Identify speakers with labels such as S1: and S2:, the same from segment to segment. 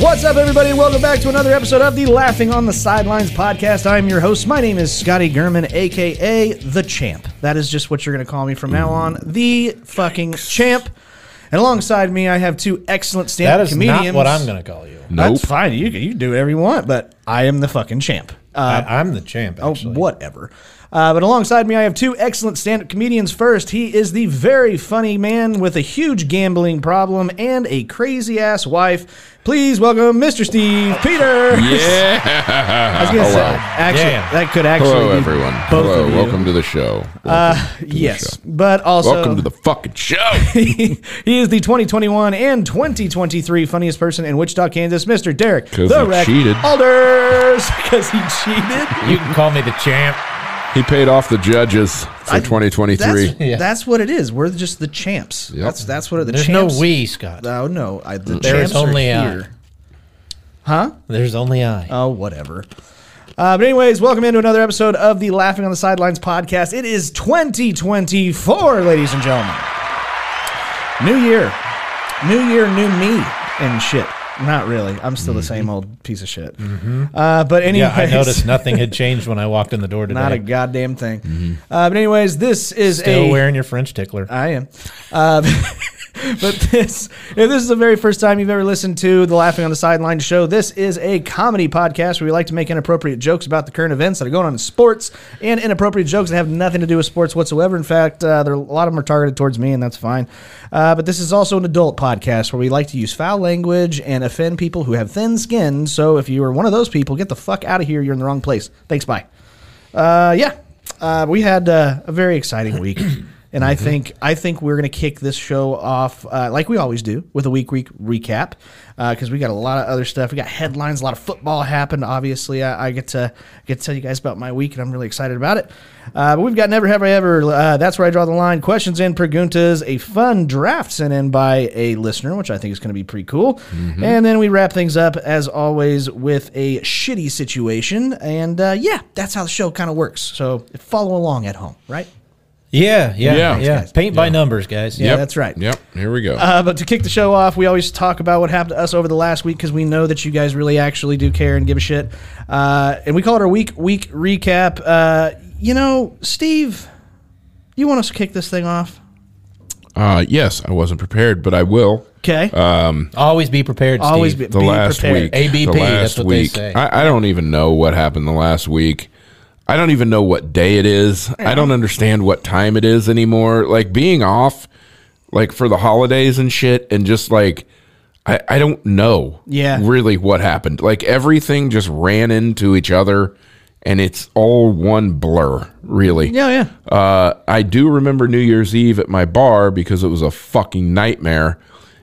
S1: What's up, everybody, and welcome back to another episode of the Laughing on the Sidelines podcast. I'm your host. My name is Scotty Gurman, aka the Champ. That is just what you're going to call me from now on, the fucking Champ. And alongside me, I have two excellent
S2: That
S1: stand-up
S2: is
S1: comedians.
S2: not what I'm going to call you.
S1: That's fine. You can, you can do whatever you want, but I am the fucking Champ. Uh,
S2: I, I'm the champ,
S1: oh,
S2: actually.
S1: whatever. Uh, but alongside me, I have two excellent stand-up comedians. First, he is the very funny man with a huge gambling problem and a crazy ass wife. Please welcome Mr. Steve Peter.
S3: Yeah.
S1: I was gonna say,
S3: Hello.
S1: actually,
S2: Yeah.
S1: that could actually.
S3: Hello,
S1: be
S3: everyone.
S1: Both
S3: Hello.
S1: of you. Uh,
S3: Welcome to the show. Welcome, to the
S1: Yes,
S3: show.
S1: but also
S3: Welcome to the fucking show.
S1: he is the 2021 and 2023 funniest person in Wichita, Kansas, Mr. Derek
S3: 'Cause
S1: the
S3: he
S1: Wreck
S3: cheated.
S1: Alders, because he cheated.
S2: You can call me the champ.
S3: he paid off the judges for
S1: I-
S3: 2023.
S1: That's, that's what it is. We're just the champs. That's that's what it, the
S2: There's
S1: champs.
S2: no we, Scott.
S1: Oh no, I, the
S2: There
S1: champs
S2: is only uh,
S1: are
S2: I.
S1: here. Huh?
S2: There's only I.
S1: Oh, whatever. Uh, but anyways, welcome into another episode of the Laughing on the Sidelines podcast. It is 2024, ladies and gentlemen. New year, new year, new me, and shit. Not really. I'm still the same old piece of shit. Uh, but anyways,
S2: yeah, I noticed nothing had changed when I walked in the door today.
S1: not a goddamn thing. Uh, but anyways, this is
S2: Still
S1: a
S2: wearing your French tickler.
S1: I am. Um, but this, if this is the very first time you've ever listened to the Laughing on the Sideline show, this is a comedy podcast where we like to make inappropriate jokes about the current events that are going on in sports and inappropriate jokes that have nothing to do with sports whatsoever. In fact, uh, there are, a lot of them are targeted towards me, and that's fine. Uh, but this is also an adult podcast where we like to use foul language and offend people who have thin skin. So if you are one of those people, get the fuck out of here. You're in the wrong place. Thanks. Bye. Uh, yeah, uh, we had uh, a very exciting week, and I think I think we're gonna kick this show off uh, like we always do with a week week recap because we got a lot of other stuff. We got headlines, a lot of football happened. Obviously, I, I get to get to tell you guys about my week, and I'm really excited about it. Uh, but we've got never have I ever. Uh, that's where I draw the line. Questions and preguntas, a fun draft sent in by a listener, which I think is going to be pretty cool. And then we wrap things up as always with a shitty situation. And uh, yeah, that's how the show kind of works. So follow along at home, right?
S2: Yeah, yeah, yeah.
S3: Yeah.
S2: Paint by numbers, guys.
S1: Yeah. that's right.
S3: Yep. Here we go.
S1: Uh, but to kick the show off, we always talk about what happened to us over the last week because we know that you guys really actually do care and give a shit. Uh, and we call it our week week recap. Uh, you know, Steve, you want us to kick this thing off?
S3: Uh, yes, I wasn't prepared, but I will.
S1: Okay.
S2: Always be prepared, Steve.
S1: Always be,
S3: The
S1: be
S3: last
S1: prepared.
S3: week.
S2: ABP,
S3: The
S2: that's
S3: last
S2: what they
S3: week.
S2: say.
S3: I, I don't even know what happened the last week. I don't even know what day it is. I don't understand what time it is anymore. Like being off, like for the holidays and shit, and just like I, I don't know.
S1: Yeah.
S3: really, what happened? Like everything just ran into each other, and it's all one blur. Really.
S1: Yeah, yeah.
S3: Uh, I do remember New Year's Eve at my bar because it was a fucking nightmare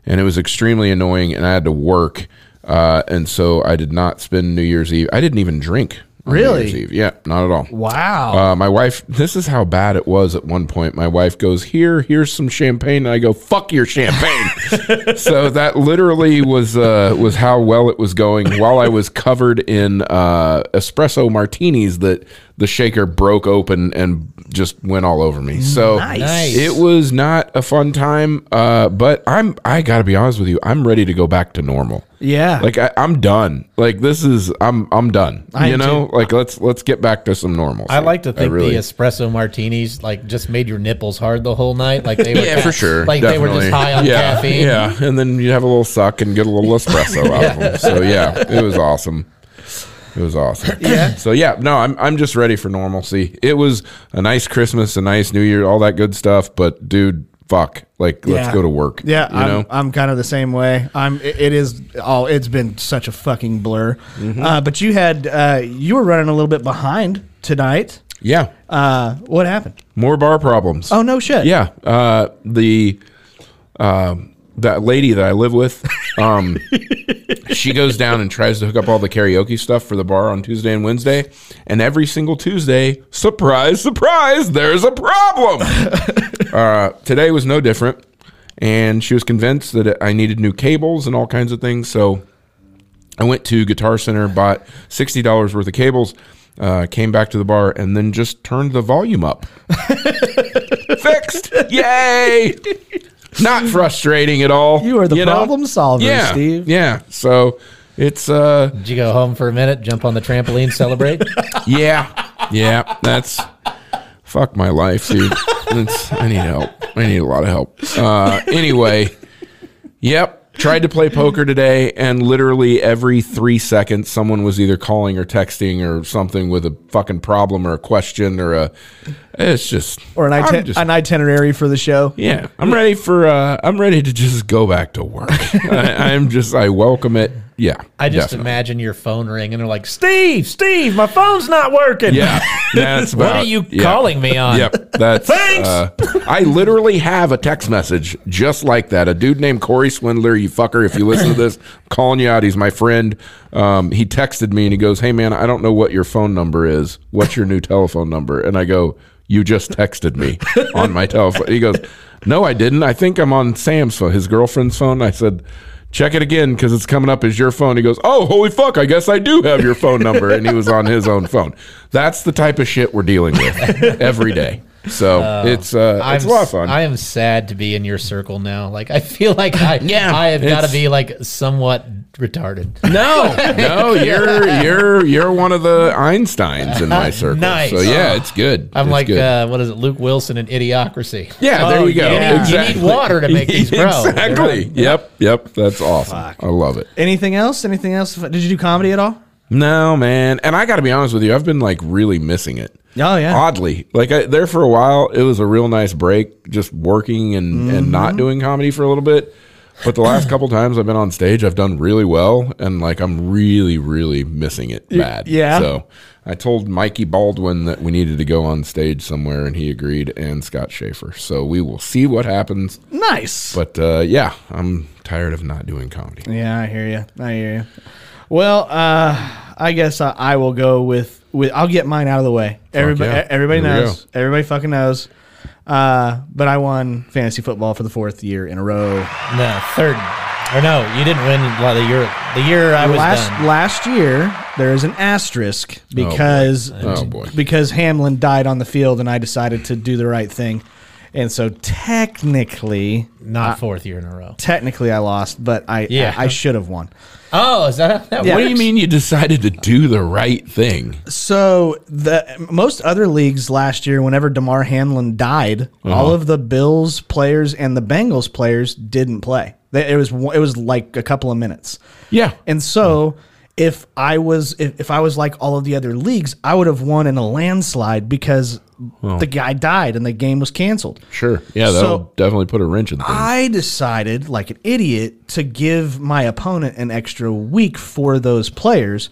S3: and it was extremely annoying and I had to work. Uh, and so I did not spend New Year's Eve. I didn't even drink. on
S1: Really?
S3: New Year's Eve. Yeah, not at all.
S1: Wow.
S3: Uh, my wife, this is how bad it was at one point. My wife goes, Here, here's some champagne. And I go, Fuck your champagne. so that literally was uh, was how well it was going while I was covered in uh, espresso martinis that the shaker broke open and just went all over me. So
S2: Nice.
S3: it was not a fun time. Uh, but I'm I gotta be honest with you, I'm ready to go back to normal.
S1: Yeah.
S3: Like I, I'm done. Like this is I'm I'm done.
S1: I
S3: you
S1: am
S3: know, like let's let's get back to some normal.
S2: I like to think the espresso martinis like just made your nipples hard the whole night. Like they were
S3: yeah,
S2: ca-
S3: for sure.
S2: Like they were just
S3: Definitely.
S2: high on
S3: yeah,
S2: caffeine.
S3: Yeah, and then you have a little suck and get a little espresso out of them. So yeah, it was awesome. It was awesome. Yeah. So yeah, no, I'm I'm just ready for normalcy. It was a nice Christmas, a nice New Year, all that good stuff. But dude, fuck, like
S1: Yeah.
S3: let's go to work.
S1: Yeah,
S3: you
S1: I'm,
S3: know.
S1: I'm kind of the same way. I'm. It, it is all. It's been such a fucking blur.
S3: Mm-hmm.
S1: Uh, but you had uh, you were running a little bit behind tonight.
S3: yeah.
S1: Uh, what happened?
S3: More bar problems.
S1: Oh no shit.
S3: Yeah, uh, the um that lady that I live with, um, she goes down and tries to hook up all the karaoke stuff for the bar on Tuesday and Wednesday, and every single Tuesday, surprise, surprise, there's a problem. uh, today was no different, and she was convinced that I needed new cables and all kinds of things, so. I went to Guitar Center, bought sixty dollars worth of cables, uh, came back to the bar, and then just turned the volume up fixed. Yay! Not frustrating at all.
S1: You are the
S3: know?
S1: problem solver,
S3: yeah,
S1: Steve.
S3: Yeah. So it's uh
S2: Did you go home for a minute, jump on the trampoline, celebrate?
S3: yeah. Yeah. That's fuck my life, dude. It's, I need help. I need a lot of help. Uh anyway. Yep. Tried to play poker today, and literally every three seconds, someone was either calling or texting or something with a fucking problem or a question or a. It's just
S1: Or an,
S3: I'm
S1: iten-
S3: just-
S1: an itinerary for the show.
S3: Yeah, I'm ready for. Uh, I'm ready to just go back to work. I, I'm just. I welcome it. Yeah,
S2: I just
S3: definitely.
S2: imagine your phone ring and they're like, Steve, Steve, my phone's not working.
S3: Yeah, that's
S2: What
S3: about,
S2: are you
S3: yeah.
S2: calling me on?
S3: Yep, that's.
S2: Thanks!
S3: uh, I literally have a text message just like that. A dude named Corey Swindler, you fucker. If you listen to this, I'm calling you out. He's my friend. Um, he texted me and he goes, "Hey man, I don't know what your phone number is. What's your new telephone number?" And I go, "You just texted me on my telephone." He goes, "No, I didn't. I think I'm on Sam's phone, his girlfriend's phone." I said. Check it again because it's coming up as your phone. He goes, Oh, holy fuck, I guess I do have your phone number. And he was on his own phone. That's the type of shit we're dealing with every day. So it's uh, it's a lot of fun.
S2: Oh, I am sad to be in your circle now. Like I feel like I
S3: Yeah,
S2: I have got to
S3: it's-
S2: be like somewhat retarded.
S3: no, no, you're you're you're one of the Einsteins in my circle.
S2: Nice.
S3: So yeah, it's good.
S2: I'm
S3: It's
S2: like
S3: good.
S2: uh, what is it? Luke Wilson and Idiocracy.
S3: yeah, there
S1: oh,
S3: you go.
S1: yeah. You need
S3: Exactly.
S2: water to make these grow.
S3: exactly. Yep, yep. That's awesome. I love it.
S1: Anything else? Anything else? Did you do comedy at all?
S3: No, man. And I got to be honest with you, I've been like really missing it.
S1: Oh, yeah.
S3: Oddly, like I, there for a while, it was a real nice break, just working and and
S1: Mm-hmm.
S3: not doing comedy for a little bit. But the last couple times I've been on stage, I've done really well, and like I'm really, really missing it bad.
S1: yeah.
S3: So I told Mikey Baldwin that we needed to go on stage somewhere, and he agreed, and Scott Schaefer. So we will see what happens.
S1: Nice.
S3: But uh, yeah, I'm tired of not doing comedy.
S1: Yeah, I hear you. I hear you. Well, uh, I guess I, I will go with with. I'll get mine out of the way. everybody, e,
S3: yeah.
S1: everybody
S3: Here we
S1: knows. Everybody fucking knows. Uh, but I won fantasy football for the fourth year in a row.
S2: No, third. Or no, you didn't win well, the year the year I was
S1: last
S2: done.
S1: last year there is an asterisk because
S3: Oh, boy.
S1: because Hamlin died on the field and I decided to do the right thing. And so technically
S2: Not fourth year in a row.
S1: technically I lost, but I
S2: Yeah.
S1: I, I should have won.
S2: Oh, is that that
S1: Yeah.
S3: What do you mean you decided to do the right thing?
S1: So the most other leagues last year, whenever Damar Hamlin died, all of the Bills players and the Bengals players didn't play. They- It was one- it was like a couple of minutes.
S3: Yeah.
S1: And so if I was if, if I was like all of the other leagues, I would have won in a landslide because the guy died and the game was canceled.
S3: Sure. Yeah, that'll
S1: So- Ah,
S3: definitely put a wrench in things.
S1: I decided, like an idiot, to give my opponent an extra week for those players,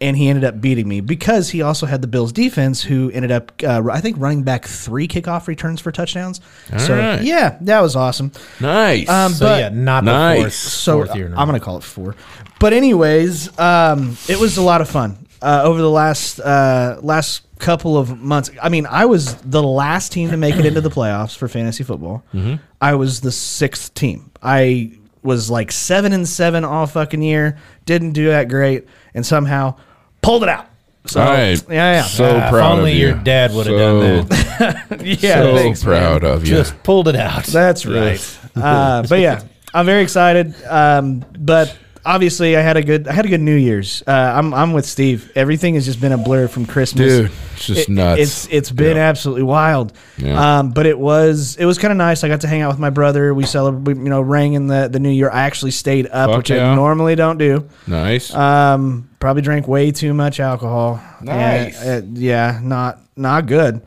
S1: and he ended up beating me because he also had the Bills defense, who ended up, uh, I think, running back three kickoff returns for touchdowns. so
S3: right.
S1: yeah, that was awesome.
S3: nice.
S2: So
S1: but-
S2: yeah, not the
S3: Nice.
S2: fourth,
S1: So
S2: fourth year in a row.
S1: I'm gonna call it four. But anyways, um, it was a lot of fun uh, over the last uh, last couple of months. I mean, I was the last team to make it into the playoffs for fantasy football.
S2: Mm-hmm.
S1: I was the sixth team. I was like seven and seven all fucking year. Didn't do that great, and somehow pulled it out. So
S3: All right.
S1: yeah, yeah,
S3: So
S4: Ah, if
S3: proud of
S4: only
S3: you.
S4: your dad would've done
S3: that.
S1: yeah.
S3: so
S1: thanks, man.
S3: proud of you.
S4: Just pulled it out.
S1: That's right. uh, but yeah, I'm very excited. Um, but obviously, I had a good I had a good New Year's. Uh, I'm I'm with Steve. Everything has just been a blur from Christmas.
S3: Dude, it's just
S1: It-
S3: nuts.
S1: It's it's been absolutely wild.
S3: Yeah.
S1: Um, but it was it was kind of nice. I got to hang out with my brother. We celebrated, you know, rang in the the New Year. I actually stayed up,
S3: Fuck
S1: which
S3: yeah.
S1: I normally don't do.
S3: nice.
S1: Um, probably drank way too much alcohol.
S3: Nice.
S1: And, uh, yeah, not not good.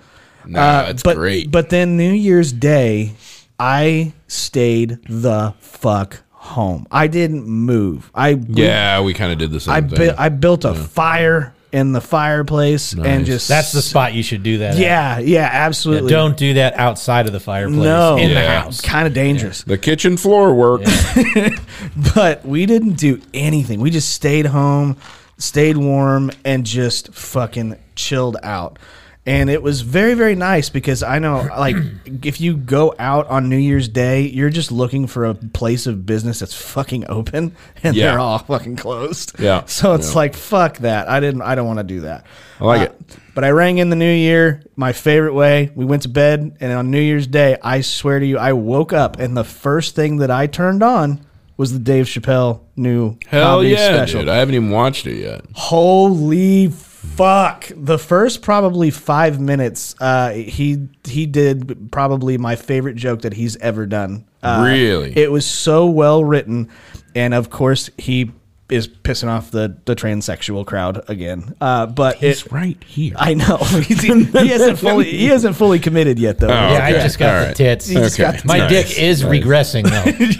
S3: nah,
S1: Uh,
S3: it's
S1: but,
S3: great.
S1: But then New Year's Day, I stayed the fuck home. I didn't move. I we-
S3: yeah, we kind of did the same
S1: I
S3: thing.
S1: bu- I built a fire in the fireplace and just
S4: That's the spot you should do that. at.
S1: yeah yeah absolutely
S4: Don't do that outside of the fireplace.
S1: no
S4: In the
S3: Yeah.
S4: house.
S1: kind of dangerous.
S3: the kitchen floor work.
S1: But we didn't do anything. We just stayed home, stayed warm, and just fucking chilled out. And it was very, very nice because I know, like, if you go out on New Year's Day, you're just looking for a place of business that's fucking open and
S3: Yeah.
S1: they're all fucking closed.
S3: Yeah.
S1: So it's
S3: Yeah.
S1: like, fuck that. I didn't, I don't want to do that. Uh,
S3: I like it.
S1: But I rang in the new year, my favorite way. We went to bed, and on New Year's Day, I swear to you, I woke up, and the first thing that I turned on was the Dave Chappelle new
S3: Hell
S1: comedy
S3: yeah,
S1: special. Oh,
S3: dude! I haven't even watched it yet.
S1: Holy fuck! The first probably five minutes, uh, he he did probably my favorite joke that he's ever done. Uh,
S3: Really?
S1: it was so well written, and of course he is pissing off the the transsexual crowd again. Uh, but it,
S3: right here.
S1: I know. He's- he, hasn't fully he hasn't fully committed yet though.
S3: Oh.
S4: Yeah, I
S3: Okay.
S4: just got
S3: All
S4: the
S3: right.
S4: tits.
S1: just got
S3: okay,
S1: the-
S4: My
S3: Nice.
S4: dick is regressing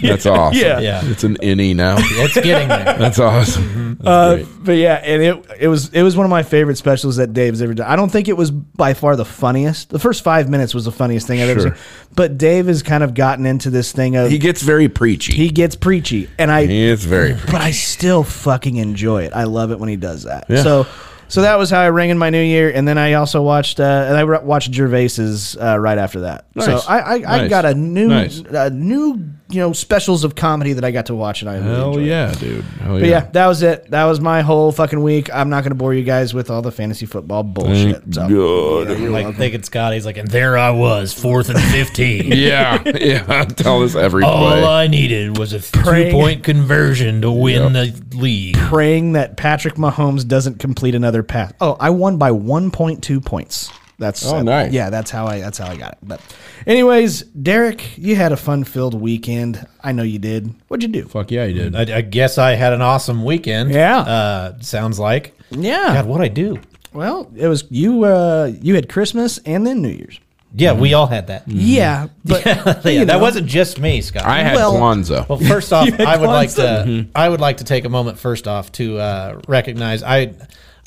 S4: though.
S3: That's awesome.
S1: Yeah.
S4: Yeah.
S3: it's an innie now.
S4: it's getting there.
S3: That's awesome. That's
S1: Uh,
S3: great.
S1: but yeah, and it it was it was one of my favorite specials that Dave's ever done. I don't think it was by far the funniest. The first five minutes was the funniest thing I've ever
S3: Sure.
S1: seen. But Dave has kind of gotten into this thing of
S3: He
S1: he,
S3: gets very preachy. He,
S1: gets preachy, and I
S3: is very. Pre-
S1: but I still fucking enjoy it. I love it when he does that.
S3: Yeah.
S1: So. So that was how I rang in my new year, and then I also watched uh, and I re- watched Gervais's uh, right after that.
S3: Nice.
S1: So I I, I
S3: Nice.
S1: got a new
S3: Nice.
S1: a new you know specials of comedy that I got to watch, and I really
S3: Hell
S1: enjoyed it.
S3: yeah, dude! Hell
S1: But yeah. that was it. That was my whole fucking week. I'm not going to bore you guys with all the fantasy football bullshit.
S3: Thank
S1: so,
S3: God.
S1: Yeah, you're
S4: Like
S1: welcome.
S4: thinking Scott, he's like, and there I was, fourth and fifteen.
S3: yeah, yeah. Tell us every
S4: All
S3: play.
S4: I needed was a
S1: Praying.
S4: two point conversion to win the league.
S1: praying that Patrick Mahomes doesn't complete another pass. Oh, I won by 1.2 points. That's
S3: Oh, nice.
S1: Yeah, that's how I that's how I got it. But anyways, Derek, you had a fun-filled weekend. I know you did. What'd you do?
S3: Fuck yeah, he did.
S4: I, I guess I had an awesome weekend.
S1: Yeah.
S4: Uh, sounds like.
S1: Yeah.
S4: God, what I do?
S1: Well, it was you uh you had Christmas and then New Year's.
S4: Yeah,
S3: Mm.
S4: we all had that.
S1: Yeah, but
S4: Yeah,
S1: you
S4: that
S1: know.
S4: wasn't just me, Scott.
S3: I had
S1: Well-
S3: Kwanzaa.
S4: Well, first off,
S1: had
S4: I would like to
S1: Kwanzaa. Mm-hmm.
S4: I would like to take a moment first off to uh, recognize I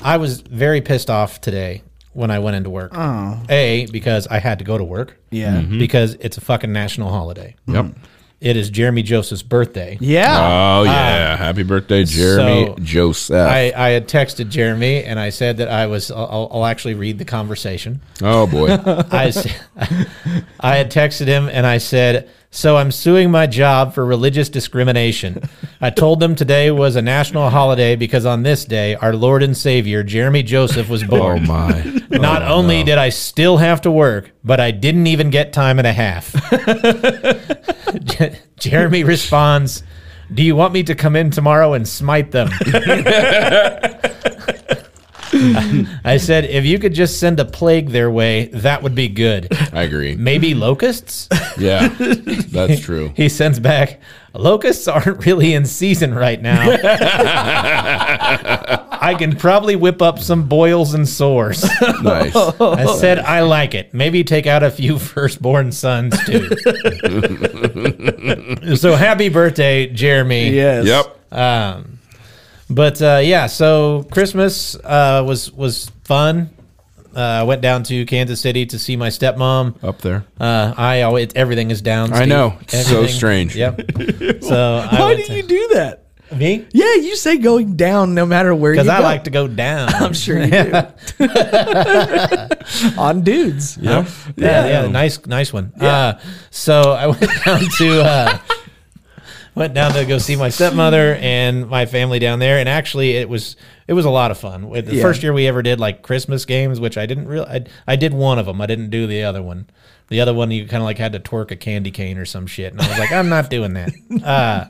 S4: I was very pissed off today when I went into work. Oh. A because I had to go to work.
S1: Yeah. Mm-hmm.
S4: Because it's a fucking national holiday.
S3: Yep.
S4: It is Jeremy Joseph's birthday.
S1: Yeah.
S3: Oh yeah! Happy birthday, Jeremy
S4: uh, so
S3: Joseph.
S4: I, I had texted Jeremy and I said that I was I'll, I'll actually read the conversation.
S3: oh boy.
S4: I, s- I had texted him and I said, So I'm suing my job for religious discrimination. I told them today was a national holiday because on this day, our Lord and Savior, Jeremy Joseph, was
S3: Oh
S4: born.
S3: my.
S4: Not only did I still have to work, but I didn't even get time and a half. Je- Jeremy responds, Do you want me to come in tomorrow and smite them? I said, If you could just send a plague their way, that would be good.
S3: I agree.
S4: Maybe locusts?
S3: Yeah, that's true.
S4: He sends back, Locusts aren't really in season right now. I can probably whip up some boils and sores.
S3: Nice.
S4: I said I like it. Maybe take out a few firstborn sons too. so happy birthday, Jeremy.
S1: yes.
S3: Yep.
S4: Um, but uh, yeah, so Christmas uh, was was fun. Uh, I went down to Kansas City to see my stepmom.
S3: Up there.
S4: Uh, I always everything is down.
S3: I know. It's so
S4: Everything-
S3: strange.
S4: Yep. so I
S1: Why
S4: went
S1: do you
S4: to-
S1: do that?
S4: me?
S1: Yeah, you say going down no matter where you
S4: Because I
S1: go.
S4: like to go down.
S1: I'm sure you do. On dudes.
S3: Yep.
S4: Yeah, yeah, nice, nice one. Uh, so I went down to uh, went down to go see my stepmother and my family down there. And actually, it was it was a lot of fun. With The
S1: Yeah.
S4: first year we ever did like Christmas games, which I didn't really. I, I did one of them. I didn't do the other one. The other one you kind of like had to twerk a candy cane or some shit, and I was like, I'm not doing that. Uh,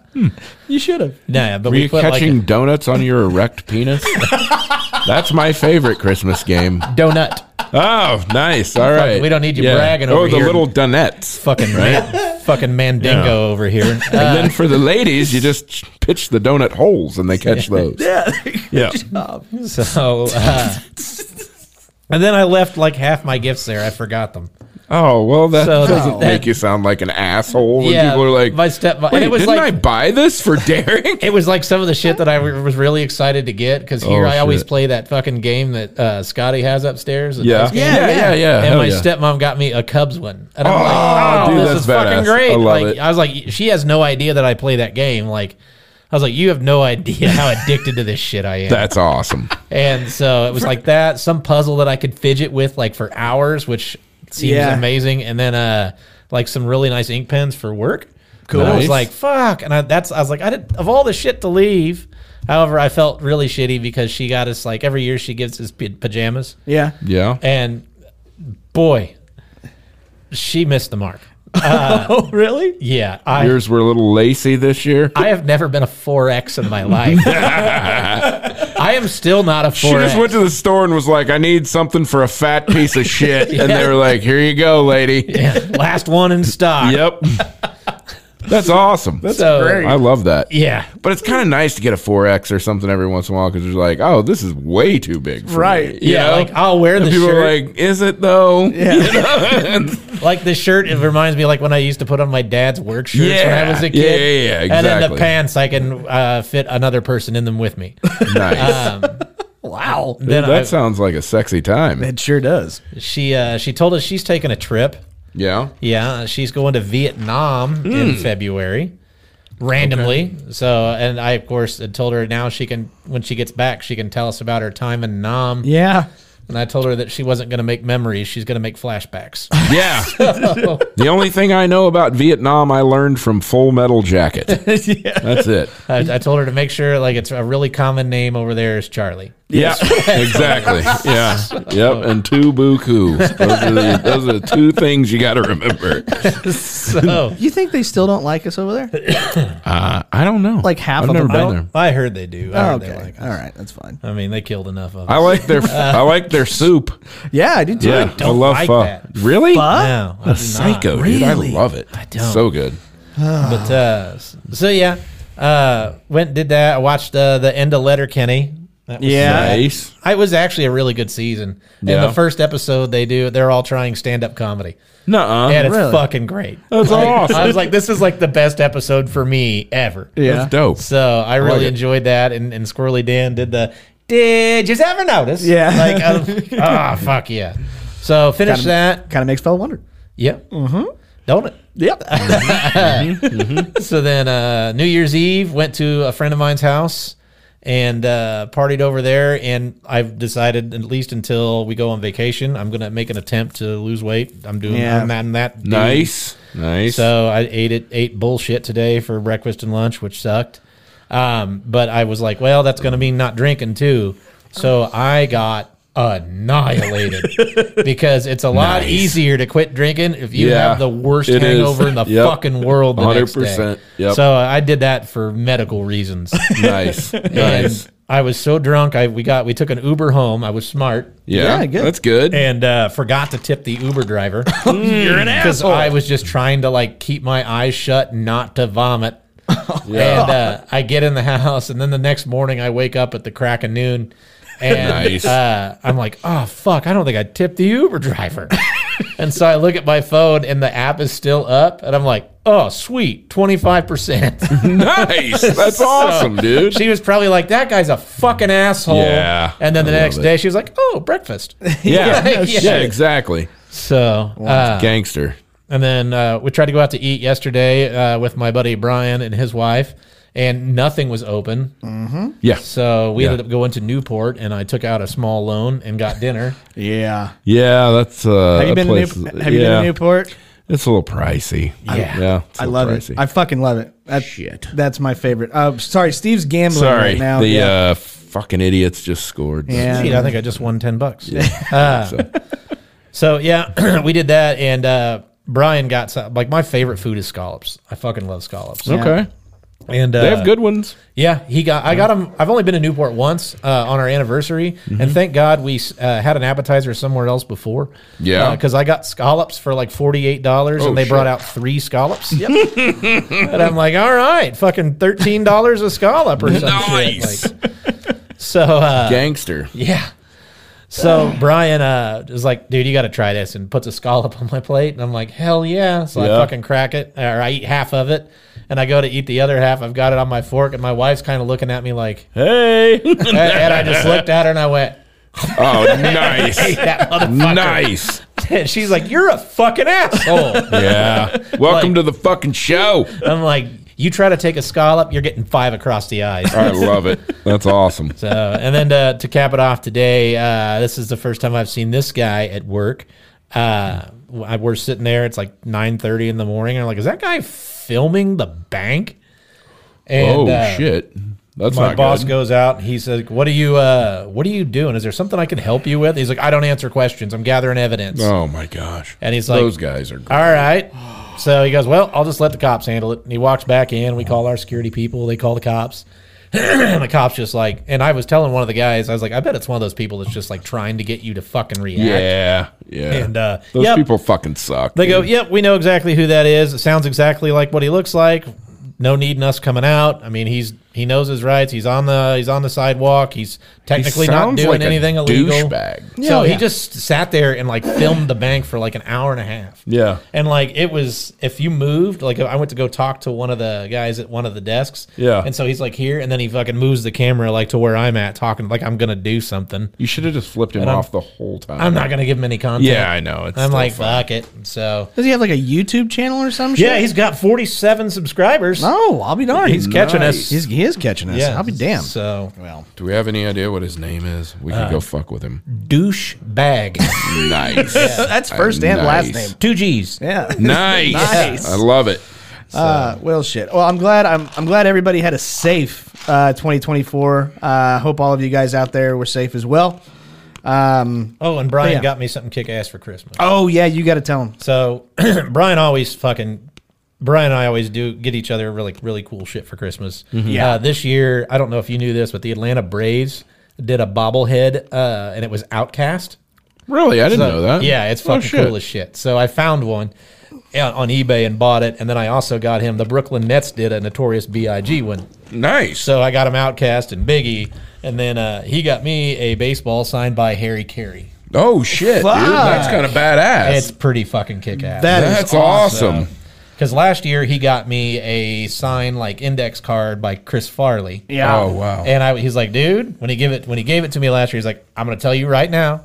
S1: You should have.
S4: nah, but
S3: Were
S4: we
S3: you
S4: put
S3: catching
S4: like
S3: donuts on your erect penis? That's my favorite Christmas game.
S4: a donut.
S3: Oh, nice. All right.
S4: we don't need you bragging
S3: Oh,
S4: over
S3: the
S4: here.
S3: little donuts.
S4: Fucking man, fucking mandingo over here.
S3: and then for the ladies, you just pitch the donut holes and they catch those.
S1: Yeah.
S3: Yeah.
S4: So, uh, and then I left like half my gifts there. I forgot them.
S3: Oh, well, that
S4: So
S3: doesn't
S4: that-
S3: make you sound like an asshole when
S4: Yeah,
S3: people are like,
S4: my stepmo-
S3: Wait,
S4: and it was
S3: didn't
S4: like-
S3: I buy this for Derek?
S4: It was like some of the shit that I re- was really excited to get because here
S3: Oh,
S4: I always
S3: shit.
S4: play that fucking game that uh, Scotty has upstairs. the
S3: Yeah.
S4: dice game.
S3: Yeah, yeah, yeah.
S4: And
S3: Hell
S4: my
S3: yeah.
S4: stepmom got me a Cubs one, and I'm
S3: Oh,
S4: like, "Oh,
S3: dude,
S4: this
S3: that's
S4: is
S3: badass.
S4: fucking great!"
S3: I love
S4: like,
S3: it.
S4: I was like, she has no idea that I play that game. Like, I was like, "You have no idea how addicted to this shit I am."
S3: That's awesome.
S4: And so it was like that, some puzzle that I could fidget with like for hours, which seems
S1: Yeah.
S4: amazing. And then uh like some really nice ink pens for work. Cool. I was
S3: Nice.
S4: like, fuck. And I, that's I was like, I did of all the shit to leave. However, I felt really shitty because she got us like every year she gives us p- pajamas.
S1: Yeah.
S3: Yeah.
S4: And boy, she missed the mark.
S1: Oh, really?
S4: Yeah. I
S3: Yours were a little lacy this year.
S4: I have never been a 4X in my life. I am still not a 4X.
S3: She just went to the store and was like, I need something for a fat piece of shit. And they were like, here you go, lady.
S4: Last one in stock.
S3: Yep. That's awesome.
S4: so,
S1: great.
S3: I love that.
S4: Yeah.
S3: But it's kind of nice to get a 4X or something every once in a while because you're like, oh, this is way too big. For
S1: Right.
S3: me," you
S4: Yeah,
S3: know?
S4: like I'll wear
S3: and
S4: the
S3: people
S4: shirt.
S3: are like, is it though? Yeah.
S4: Like the shirt, it reminds me like when I used to put on my dad's work shirts when
S3: Yeah.
S4: I was a
S3: Yeah,
S4: kid.
S3: yeah, yeah,
S4: And then the
S3: exactly.
S4: pants, I can uh, fit another person in them with me.
S3: nice.
S1: Wow.
S4: Then
S3: that
S4: I,
S3: sounds like a sexy time.
S1: It sure does.
S4: she uh, she told us she's taking a trip.
S3: Yeah.
S4: Yeah, she's going to Vietnam
S3: Hmm.
S4: in February, randomly. So, and I of course had told her now she can when she gets back she can tell us about her time in Nam.
S1: Yeah.
S4: And I told her that she wasn't going to make memories; she's going to make flashbacks.
S3: Yeah. the only thing I know about Vietnam, I learned from Full Metal Jacket. That's it.
S4: I, I told her to make sure like it's a really common name over there is Charlie.
S3: Yeah, exactly. Yeah, yep. And two buku. Those are the, those are the two things you got to remember.
S4: So
S1: You think they still don't like us over there?
S3: Uh, I don't know.
S1: Like half
S3: I've
S1: of
S3: never
S1: them
S3: been
S1: don't?
S3: there.
S4: I heard they do. I heard they
S1: okay.
S4: like-
S1: All right. That's fine.
S4: I mean, they killed enough of
S3: I
S4: us.
S3: like their I like their soup.
S1: Yeah, I do too.
S3: Yeah,
S4: don't like
S3: pho.
S4: that.
S3: Really?
S4: No, I do
S3: A
S4: not.
S3: psycho, dude. I
S1: Really?
S3: love it.
S4: I don't.
S3: So good.
S4: But uh, so yeah, uh, went and did that. I watched uh, the end of Letter Kenny.
S1: Yeah.
S3: Nice.
S4: It was actually a really good season. And
S3: Yeah.
S4: the first episode they do, they're all trying stand up comedy.
S3: Nuh-uh.
S4: And it's
S1: really?
S4: fucking great.
S3: That's awesome.
S4: I was like, this is like the best episode for me ever.
S1: Yeah.
S3: That's dope.
S4: So I really
S3: it.
S4: enjoyed that, and, and Squirrely Dan did the. Did you ever notice?
S1: Yeah.
S4: Like, I was- ah, fuck yeah. So finish that.
S1: Kind of makes fella wonder.
S4: Yep. Mm-hmm. Don't it?
S1: Yep.
S4: So then uh, New Year's Eve went to a friend of mine's house and uh, partied over there. And I've decided, at least until we go on vacation, I'm gonna make an attempt to lose weight. I'm doing.
S1: Yeah.
S4: I'm that. And that dude.
S3: nice. Nice.
S4: So I ate it, ate bullshit today for breakfast and lunch, which sucked. Um, but I was like, well, that's going to mean not drinking too. So I got annihilated because it's a lot
S3: Nice.
S4: easier to quit drinking if you
S3: Yeah,
S4: have the worst
S3: it is.
S4: hangover in the
S3: Yep.
S4: fucking world. The next day.
S3: 100%, yep.
S4: So I did that for medical reasons.
S3: nice. Nice.
S4: And I was so drunk. I we got we took an Uber home. I was smart
S3: Yeah,
S1: Yeah, good.
S3: that's good.
S4: and uh, forgot to tip the Uber driver. You're an Because I was just trying to like keep my eyes shut, not to vomit. And uh, I get in the house, and then the next morning I wake up at the crack of noon, and
S3: Nice.
S4: uh, I'm like, "Oh fuck, I don't think I tipped the Uber driver." and so I look at my phone, and the app is still up, and I'm like, "Oh sweet, twenty five percent."
S3: nice. That's awesome, dude.
S4: She was probably like, "That guy's a fucking asshole."
S3: Yeah,
S4: And then the
S3: I love
S4: next
S3: it.
S4: day she was like, "Oh breakfast."
S3: yeah.
S4: no
S3: yeah,
S4: shit.
S3: exactly.
S4: so. Uh,
S3: Gangster.
S4: And then uh, we tried to go out to eat yesterday uh, with my buddy Brian and his wife, and nothing was open.
S3: Yeah.
S4: So we
S3: Yeah.
S4: ended up going to Newport, and I took out a small loan and got dinner.
S1: yeah.
S3: Yeah, that's uh
S1: Have you
S3: a
S1: been
S3: place-
S1: to Newport? Have you been
S3: yeah.
S1: to Newport?
S3: It's a little pricey.
S4: Yeah.
S3: yeah. it's a
S1: I
S3: little
S1: love
S3: pricey.
S1: it. I fucking love it. That,
S3: Shit.
S1: That's my favorite. Uh, sorry, Steve's gambling
S3: Sorry,
S1: right now.
S3: the
S1: yeah.
S3: uh, fucking idiots just scored.
S1: Yeah.
S4: Shit, I think I just won ten bucks. Ah.
S3: So,
S4: So yeah, we did that, and uh, Brian got some, like my favorite food is scallops. I fucking love scallops.
S3: okay,
S4: And uh,
S3: they have good ones.
S4: Yeah, he got. I got him. I've only been to Newport once uh, on our anniversary,
S3: Mm-hmm.
S4: and thank God we uh, had an appetizer somewhere else before.
S3: Yeah.
S4: because I got scallops for like forty eight dollars,
S3: Oh,
S4: and they
S3: shit.
S4: brought out three scallops. Yep. and I'm like, all right, fucking thirteen dollars a scallop or something.
S3: Nice.
S4: Like, so uh,
S3: Gangster.
S4: yeah. So Brian uh, is like, dude, you got to try this, and puts a scallop on my plate, and I'm like, hell yeah! So
S3: Yeah.
S4: I fucking crack it, or I eat half of it, and I go to eat the other half. I've got it on my fork, and my wife's kind of looking at me like,
S3: Hey.
S4: and, and I just looked at her and I went,
S3: oh, nice.
S4: that motherfucker.
S3: nice.
S4: And she's like, you're a fucking asshole.
S3: Yeah. Welcome to the fucking show.
S4: I'm like, you try to take a scallop, you're getting five across the eyes.
S3: I love it. That's awesome.
S4: So, and then to, to cap it off today, uh, this is the first time I've seen this guy at work. Uh, I- we're sitting there; it's like nine thirty in the morning. And I'm like, "Is that guy filming the bank?" And,
S3: oh
S4: uh,
S3: shit. That's
S4: My
S3: not
S4: boss
S3: good.
S4: goes out. and He's like, "What are you? Uh, what are you doing? Is there something I can help you with?" He's like, "I don't answer questions. I'm gathering evidence."
S3: oh my gosh.
S4: And he's like,
S3: those guys are.
S4: All right. So he goes, Well, I'll just let the cops handle it. And he walks back in. We call our security people. They call the cops. and the cops just like, and I was telling one of the guys, I was like, I bet it's one of those people that's just like trying to get you to fucking react.
S3: Yeah. Yeah.
S4: And, uh,
S3: those
S4: yep.
S3: people fucking suck.
S4: They go,
S3: dude.
S4: Yep, we know exactly who that is. It sounds exactly like what he looks like. No need in us coming out. I mean, he's he knows his rights. He's on the he's on the sidewalk. He's technically not
S3: sounds
S4: doing
S3: like a
S4: anything illegal.
S3: douchebag.
S4: So
S1: Yeah, yeah.
S4: he just sat there and like filmed the bank for like an hour and a half.
S3: Yeah.
S4: And like it was, if you moved, like I went to go talk to one of the guys at one of the desks.
S3: Yeah.
S4: And so he's like here, and then he fucking moves the camera like to where I'm at, talking like I'm gonna do something.
S3: You should have just flipped him
S4: I'm-
S3: off the whole time.
S4: I'm not gonna give him any content.
S3: Yeah, I know. It's
S4: I'm
S3: still
S4: like
S3: fun.
S4: fuck it. And So
S1: Does he have like a YouTube channel or some shit?
S4: yeah, he's got 47 subscribers.
S1: No, Oh, I'll be darned.
S4: He's catching us.
S1: He's, he is catching us.
S4: Yeah.
S1: I'll be damned.
S4: So
S1: well,
S3: Do we have any idea what his name is? We
S4: Uh,
S3: can go fuck with him.
S4: douche bag,
S3: Nice. Uh,
S1: that's first and last
S3: Nice.
S1: name.
S4: two G's.
S1: Yeah.
S3: Nice.
S1: Nice.
S3: I love it.
S1: Uh, well, shit. Well, I'm glad. I'm, I'm glad everybody had a safe uh, 2024. Uh, hope all of you guys out there were safe as well. Um,
S4: Oh, and Brian
S1: Yeah.
S4: got me something kick ass for Christmas.
S1: oh yeah, you got to tell them.
S4: So Brian always fucking Brian and I always do get each other really really cool shit for Christmas. Yeah. Uh, this year, I don't know if you knew this, but the Atlanta Braves did a bobblehead, uh, and it was Outcast.
S3: Really? I didn't know that.
S4: Yeah, it's
S3: Oh,
S4: fucking cool as shit. So I found one yeah, on eBay and bought it, and then I also got him. The Brooklyn Nets did a Notorious B.I.G. one,
S3: Nice.
S4: so I got him Outcast and Biggie, and then uh, he got me a baseball signed by Harry Carey.
S3: oh shit, dude. That's kind of badass.
S4: It's pretty fucking kick ass.
S1: That is
S3: That's awesome.
S4: Because last year he got me a signed like index card by Chris Farley.
S1: Yeah.
S3: Oh wow.
S4: And I, he's like, dude, when he give it when he gave it to me last year, he's like, I'm gonna tell you right now,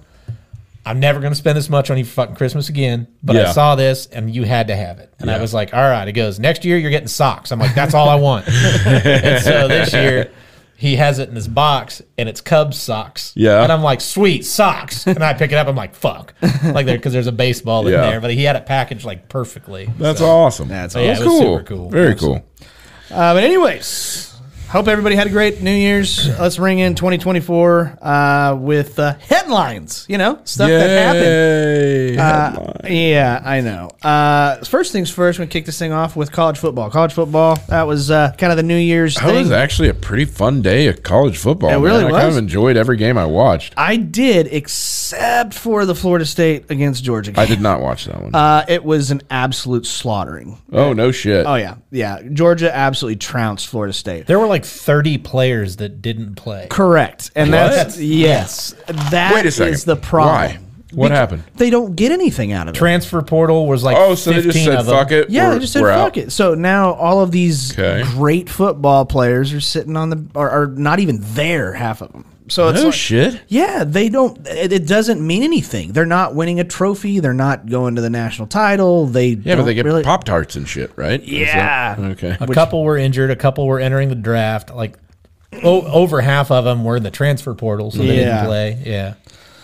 S4: I'm never gonna spend this much on your fucking Christmas again. But
S3: Yeah.
S4: I saw this and you had to have it. And I was like, all right. He goes, next year you're getting socks. I'm like, that's all I want. and so this year he has it in his box and it's Cubs socks.
S3: Yeah.
S4: And I'm like, sweet socks. And I pick it up. I'm like, fuck. Like there because there's a baseball in
S3: Yeah.
S4: there, but he had it packaged like perfectly.
S3: That's awesome.
S1: That's
S4: yeah,
S3: That's
S4: it was
S3: cool.
S4: super cool.
S3: Very
S4: Absolutely.
S3: cool.
S1: Uh, but anyways, hope everybody had a great New Year's. Let's ring in 2024 uh, with uh, headlines. You know, stuff that happened.
S3: Yay.
S1: Uh, yeah, I know. Uh, first things first, we kick this thing off with college football. College football. That was uh, kind of the New Year's.
S3: that
S1: thing.
S3: was actually a pretty fun day of college football.
S1: It
S3: man.
S1: really
S3: I kind
S1: was.
S3: of enjoyed every game I watched.
S1: I did, except for the Florida State against Georgia.
S3: I did not watch that one.
S1: Uh, it was an absolute slaughtering.
S3: oh no shit.
S1: Oh yeah, yeah. Georgia absolutely trounced Florida State.
S4: There were like 30 players that didn't play.
S1: Correct, and that's yes. That
S3: Wait a second.
S1: is the problem.
S3: Why? What happened?
S1: They don't get anything out of it.
S4: Transfer portal was like
S3: Oh, so they just
S4: 15
S3: said
S4: of them.
S3: fuck it.
S1: Yeah,
S3: we're-
S1: they just said
S3: we're
S1: fuck
S3: out."
S1: it. So now all of these
S3: Okay.
S1: great football players are sitting on the are, are not even there half of them. So Oh, it's
S3: No
S1: like,
S3: shit.
S1: Yeah, they don't. It, it doesn't mean anything. They're not winning a trophy. They're not going to the national title. They
S3: Yeah, but they get
S1: really,
S3: Pop Tarts and shit, right? Is
S1: Yeah.
S3: that- Okay.
S4: A couple were injured. A couple were entering the draft. Like o- over half of them were in the transfer portal, so they
S1: Yeah.
S4: didn't play. Yeah.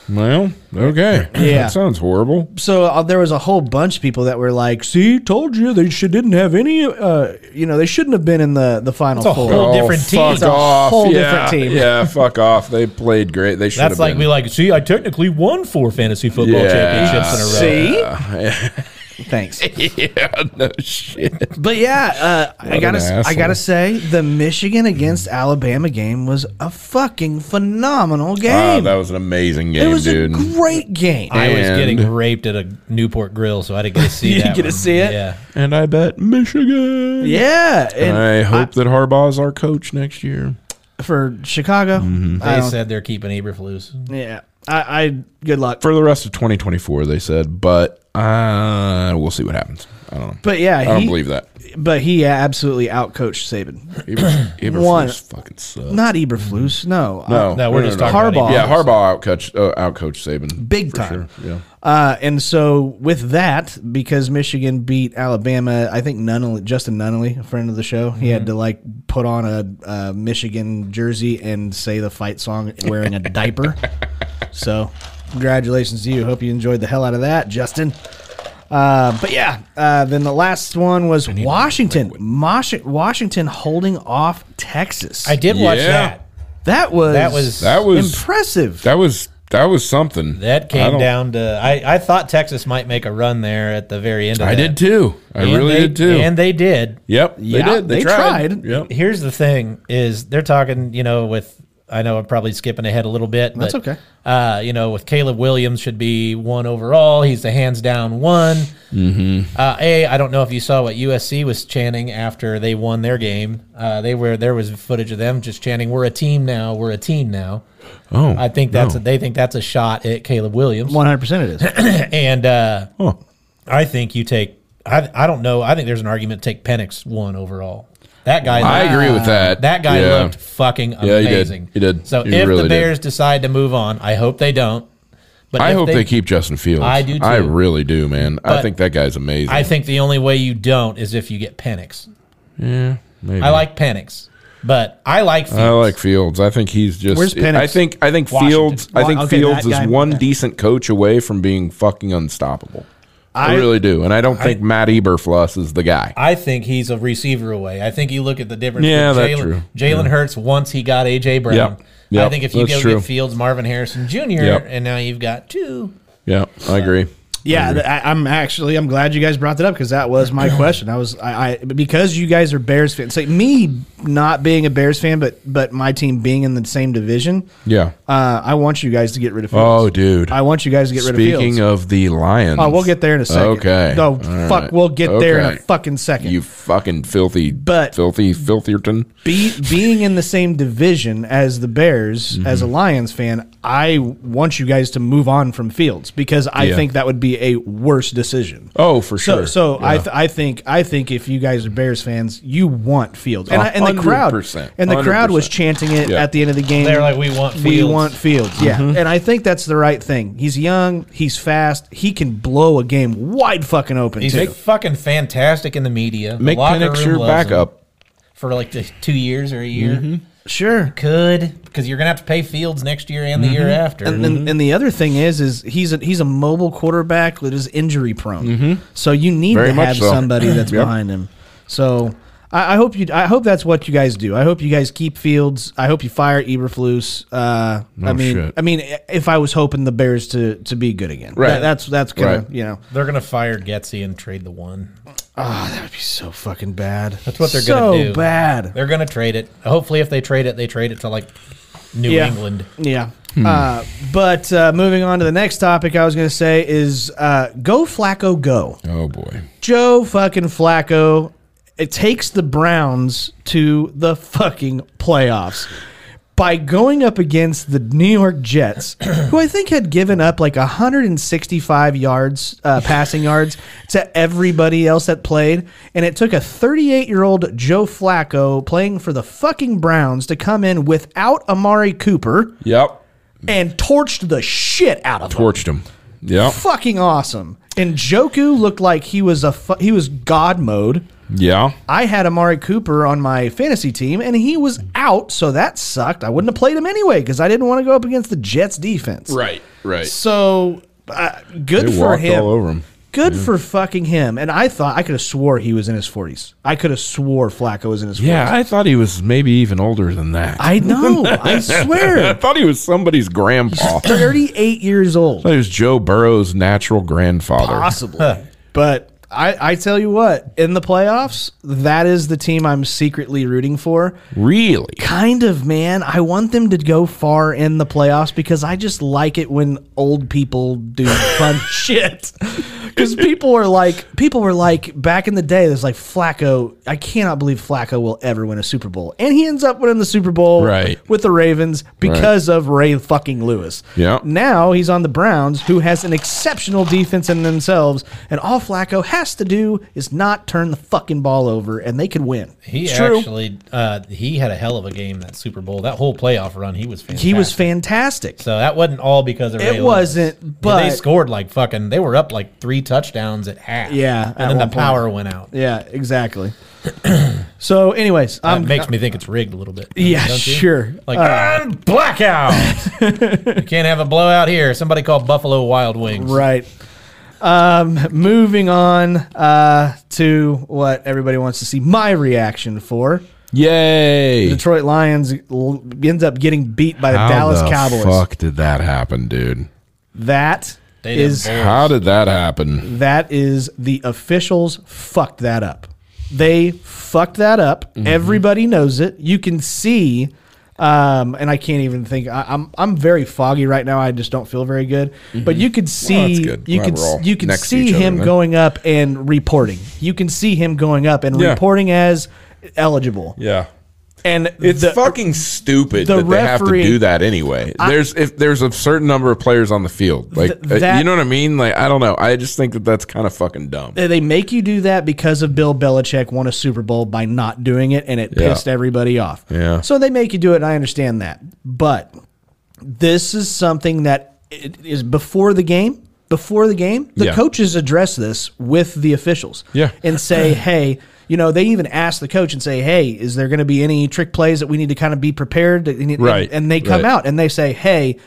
S3: Well, okay.
S1: Yeah.
S3: That sounds horrible.
S1: so uh, there was a whole bunch of people that were like, "See, told you they should didn't have any. Uh, you know, they shouldn't have been in the the final
S4: It's a
S1: four.
S4: whole different team.
S3: Oh, Fuck
S4: It's
S1: a
S3: off.
S1: whole
S3: yeah,
S1: different team.
S3: Yeah, fuck off. They played great. They should
S4: That's
S3: have
S4: like
S3: been.
S4: me, like, see, I technically won four fantasy football
S3: Yeah.
S4: championships in a row.
S1: See, thanks.
S3: yeah, no shit.
S1: But yeah, uh, I
S3: an
S1: gotta I
S3: asshole.
S1: gotta say the Michigan against Alabama game was a fucking phenomenal
S3: Wow,
S1: game.
S3: Ah, that was an amazing game,
S1: it was
S3: dude.
S1: a great game.
S4: I was
S3: And-
S4: getting raped at a Newport Grill, so I didn't get to see
S1: You
S4: that.
S1: didn't get to
S4: one.
S1: see it?
S4: Yeah.
S3: and I bet Michigan.
S1: yeah, and
S3: I hope that Harbaugh's our coach next year.
S1: for Chicago, I
S3: Mm-hmm.
S4: They
S1: don't-
S4: said they're keeping Eberflus.
S1: yeah. I, I good luck.
S3: For the rest of 2024, they said, but uh, we'll see what happens. I don't know.
S1: But yeah,
S3: I don't
S1: he,
S3: believe that.
S1: But he absolutely outcoached Saban.
S3: Eber, Eberflus
S1: One-
S3: fucking sucks.
S1: Not Eberflus. No. Uh,
S3: no,
S4: No, we're just talking
S1: Harbaugh.
S4: about
S3: Yeah,
S4: Eberflus.
S3: Harbaugh outcoached uh, outcoached Saban
S1: Big
S3: for
S1: time.
S3: Sure. Yeah.
S1: Uh, and so with that, because Michigan beat Alabama, I think Nunnally, Justin Nunnally, a friend of the show, he
S4: Mm-hmm.
S1: had to like put on a, uh Michigan jersey and say the fight song wearing a diaper. So congratulations to you. Hope you enjoyed the hell out of that, Justin. Uh, but yeah, uh, then the last one was Washington. Mosh- Washington holding off Texas.
S4: I did watch
S3: Yeah.
S4: that.
S1: that was
S4: That was that,
S3: That was
S1: impressive.
S3: that was that was something. I
S4: came
S3: don't-
S4: down to I, I thought Texas might make a run there at the very end. of
S3: I
S4: that.
S3: did too. I
S4: And
S3: really
S4: they-
S3: did too.
S4: and they did.
S3: yep, they
S1: Yeah,
S3: did. They,
S1: they
S3: tried.
S1: tried.
S3: Yep.
S4: Here's the thing: is they're talking, you know, with I know I'm probably skipping ahead a little bit.
S1: That's
S4: but,
S1: okay.
S4: Uh, you know, with Caleb Williams should be one overall. He's the hands down one. Uh, a, I don't know if you saw what USC was chanting after they won their game. Uh, they were there was footage of them just chanting, "We're a team now. We're a team now."
S3: Oh,
S4: I think that's
S3: no.
S4: a, they think that's a shot at Caleb Williams.
S1: One hundred percent, it is.
S4: And uh,
S3: Huh.
S4: I think you take. I, I don't know. I think there's an argument to take Penix one overall. That guy.
S3: I agree with that.
S4: That guy
S3: Yeah.
S4: looked fucking
S3: Yeah, he did.
S4: amazing.
S3: He did.
S4: So
S3: He
S4: if
S3: really
S4: the
S3: did.
S4: Bears decide to move on, I hope they don't. But
S3: I
S4: if
S3: hope they, keep Justin Fields.
S4: I do,
S3: I
S4: too.
S3: really do, man. I
S4: But
S3: think that guy's amazing.
S4: I think the only way you don't is if you get Penix.
S3: Maybe.
S4: I like Penix, but I like. Fields.
S3: I like Fields. I think he's just.
S1: Where's Penix?
S3: I think I think
S1: Washington.
S3: Fields. I think
S1: Wa- okay,
S3: Fields
S1: that
S3: is
S1: guy.
S3: one decent coach away from being fucking unstoppable. I, really do, and I don't think Matt Eberfluss is the guy.
S4: I think he's a receiver away. I think you look at the difference.
S3: Yeah,
S4: with
S3: that's
S4: Jalen,
S3: true.
S4: Jalen Hurts once he got AJ Brown.
S3: Yep. Yep,
S4: I think if you
S3: that's
S4: go
S3: true.
S4: get Fields, Marvin Harrison Jr.,
S3: Yep.
S4: and now you've got two.
S3: yeah, I agree.
S1: Yeah, th- I, I'm actually I'm glad you guys brought that up because that was my question. I was I, I because you guys are Bears fans. Like me not being a Bears fan, but but my team being in the same division.
S3: Yeah.
S1: Uh, I want you guys to get rid of. Fields.
S3: oh, dude.
S1: I want you guys to get rid of.
S3: Speaking
S1: Fields.
S3: of, the Lions.
S1: oh, we'll get there in a second.
S3: Okay.
S1: No,
S3: All
S1: fuck,
S3: right.
S1: we'll get there in a
S3: Okay.
S1: fucking second.
S3: You fucking filthy,
S1: But-
S3: filthy, filthierton.
S1: Be, being in the same division as the Bears, as
S3: Mm-hmm.
S1: a Lions fan, I want you guys to move on from Fields because I
S3: Yeah.
S1: think that would be a worse decision.
S3: Oh, for
S1: So,
S3: sure.
S1: so I,
S3: Yeah.
S1: th- I think, I think if you guys are Bears fans, you want Fields, and, I, and the crowd,
S3: 100%.
S1: and the crowd was
S3: 100%.
S1: chanting it
S3: Yeah. Mm-hmm.
S1: at the end of the game.
S4: They're like, "We want
S1: we
S4: Fields."
S1: want Fields." Yeah, and I think that's the right thing. He's young, he's fast, he can blow a game wide fucking open.
S4: He's
S1: too.
S4: fucking fantastic in the media. The
S3: Make
S4: locker
S3: Penix
S4: room
S3: your
S4: loves him
S3: backup.
S4: for like the two years or a year.
S1: Mm-hmm. sure.
S4: Could because you're gonna have to pay Fields next year and the year after.
S1: Mm-hmm. And, and,
S3: Mm-hmm.
S1: and the other thing is, is he's a, he's a mobile quarterback that is injury prone. So you need
S3: Mm-hmm. Very
S1: to
S3: much
S1: have
S3: so.
S1: somebody that's
S3: Yep.
S1: behind him. So I, I hope you I hope that's what you guys do. I hope you guys keep Fields. I hope you fire Eberflus. Uh, I
S3: Oh,
S1: mean,
S3: shit.
S1: I mean, if I was hoping the Bears to to be good again,
S3: Right.
S1: That- that's that's kind of
S3: Right.
S1: you know
S4: They're gonna fire Getzey and trade the one.
S1: that'd be so fucking bad. That's
S4: what they're
S1: so
S4: gonna do.
S1: bad.
S4: They're gonna trade it. Hopefully, if they trade it, they trade it to like New
S1: Yeah.
S4: England.
S1: Yeah.
S3: Hmm.
S1: Uh, but uh, moving on to the next topic, I was going to say is uh, go Flacco go.
S3: Oh boy.
S1: Joe fucking Flacco it takes the Browns to the fucking playoffs by going up against the New York Jets, who I think had given up like 165 yards, uh, passing yards to everybody else that played. And it took a 38 year old Joe Flacco playing for the fucking Browns to come in without Amari Cooper
S3: Yep.
S1: and torched the shit out of him
S3: Torched him. Yep.
S1: fucking awesome. And Joku looked like he was a fu- he was god mode.
S3: Yeah.
S1: I had Amari Cooper on my fantasy team, and he was out, so that sucked. I wouldn't have played him anyway because I didn't want to go up against the Jets defense.
S3: Right. Right.
S1: So uh, good
S3: They
S1: for
S3: walked
S1: him.
S3: all over him.
S1: Good for fucking him. And I thought I could have swore he was in his forties. I could have swore Flacco was in his. 40s.
S3: Yeah, I thought he was maybe even older than that.
S1: I know. I
S3: I
S1: swear.
S3: thought he was somebody's grandpa. I
S1: Thirty-eight years old,
S3: thought he was Joe Burrow's natural grandfather.
S1: possibly. but I, I tell you what, in the playoffs, that is the team I'm secretly rooting for.
S3: Really?
S1: Kind of, man. I want them to go far in the playoffs because I just like it when old people do fun shit. Because people are like, people were like, back in the day, there's like Flacco. I cannot believe Flacco will ever win a Super Bowl. And he ends up winning the Super Bowl
S3: Right.
S1: with the Ravens because of Ray fucking Lewis.
S3: Yeah.
S1: Now he's on the Browns, who has an exceptional defense in themselves. And all Flacco has to do is not turn the fucking ball over, and they could win.
S4: He
S1: It's true.
S4: actually uh, he had a hell of a game that Super Bowl. That whole playoff run, he was fantastic.
S1: He was fantastic.
S4: So that wasn't all because of Ray
S1: It
S4: Lewis.
S1: wasn't,
S4: Yeah,
S1: but-
S4: they scored like fucking. They were up like three touchdowns at half.
S1: Yeah, at
S4: and then the
S1: one point.
S4: power went out.
S1: Yeah, exactly. so, anyways,
S4: That
S1: I'm
S4: makes me think it's rigged a little bit.
S1: yeah,
S4: don't you?
S1: sure.
S4: Like "And blackout. you can't have a blowout here. Somebody call Buffalo Wild Wings.
S1: Right. Um, moving on uh, to what everybody wants to see my reaction for.
S3: Yay.
S1: Detroit Lions l- ends up getting beat by the
S3: How
S1: Dallas
S3: the
S1: Cowboys.
S3: fuck did that happen, dude?
S1: That
S4: They done
S1: is
S4: bull-
S3: How did that happen?
S1: that is the officials fucked that up. They fucked that up.
S3: Mm-hmm.
S1: Everybody knows it. You can see, um, and I can't even think. I, I'm I'm very foggy right now. I just don't feel very good. But you could
S3: Mm-hmm. that's
S1: see,
S3: good.
S1: you
S3: Glad
S1: could
S3: we're all
S1: you could
S3: next to each
S1: see
S3: other
S1: him
S3: then.
S1: going up and reporting. You can see him going up and
S3: Yeah.
S1: reporting as eligible.
S3: Yeah.
S1: And
S3: It's
S1: the-
S3: fucking stupid
S1: the
S3: that they have to
S1: referee-
S3: do that anyway. there's if there's a certain number of players on the field, like
S1: Th- that-
S3: uh, you know what I mean. Like I don't know. I just think that that's kind of fucking dumb.
S1: they- they make you do that because of Bill Belichick won a Super Bowl by not doing it, and it
S3: Yeah.
S1: pissed everybody off.
S3: Yeah.
S1: So they make you do it, and I understand that. But this is something that it is before the game. Before the game, the
S3: Yeah.
S1: coaches address this with the officials.
S3: Yeah.
S1: And say, hey, you know, they even ask the coach and say, hey, is there going to be any trick plays that we need to kind of be prepared? And-
S3: Right,
S1: And they come
S3: right.
S1: out and they say, hey,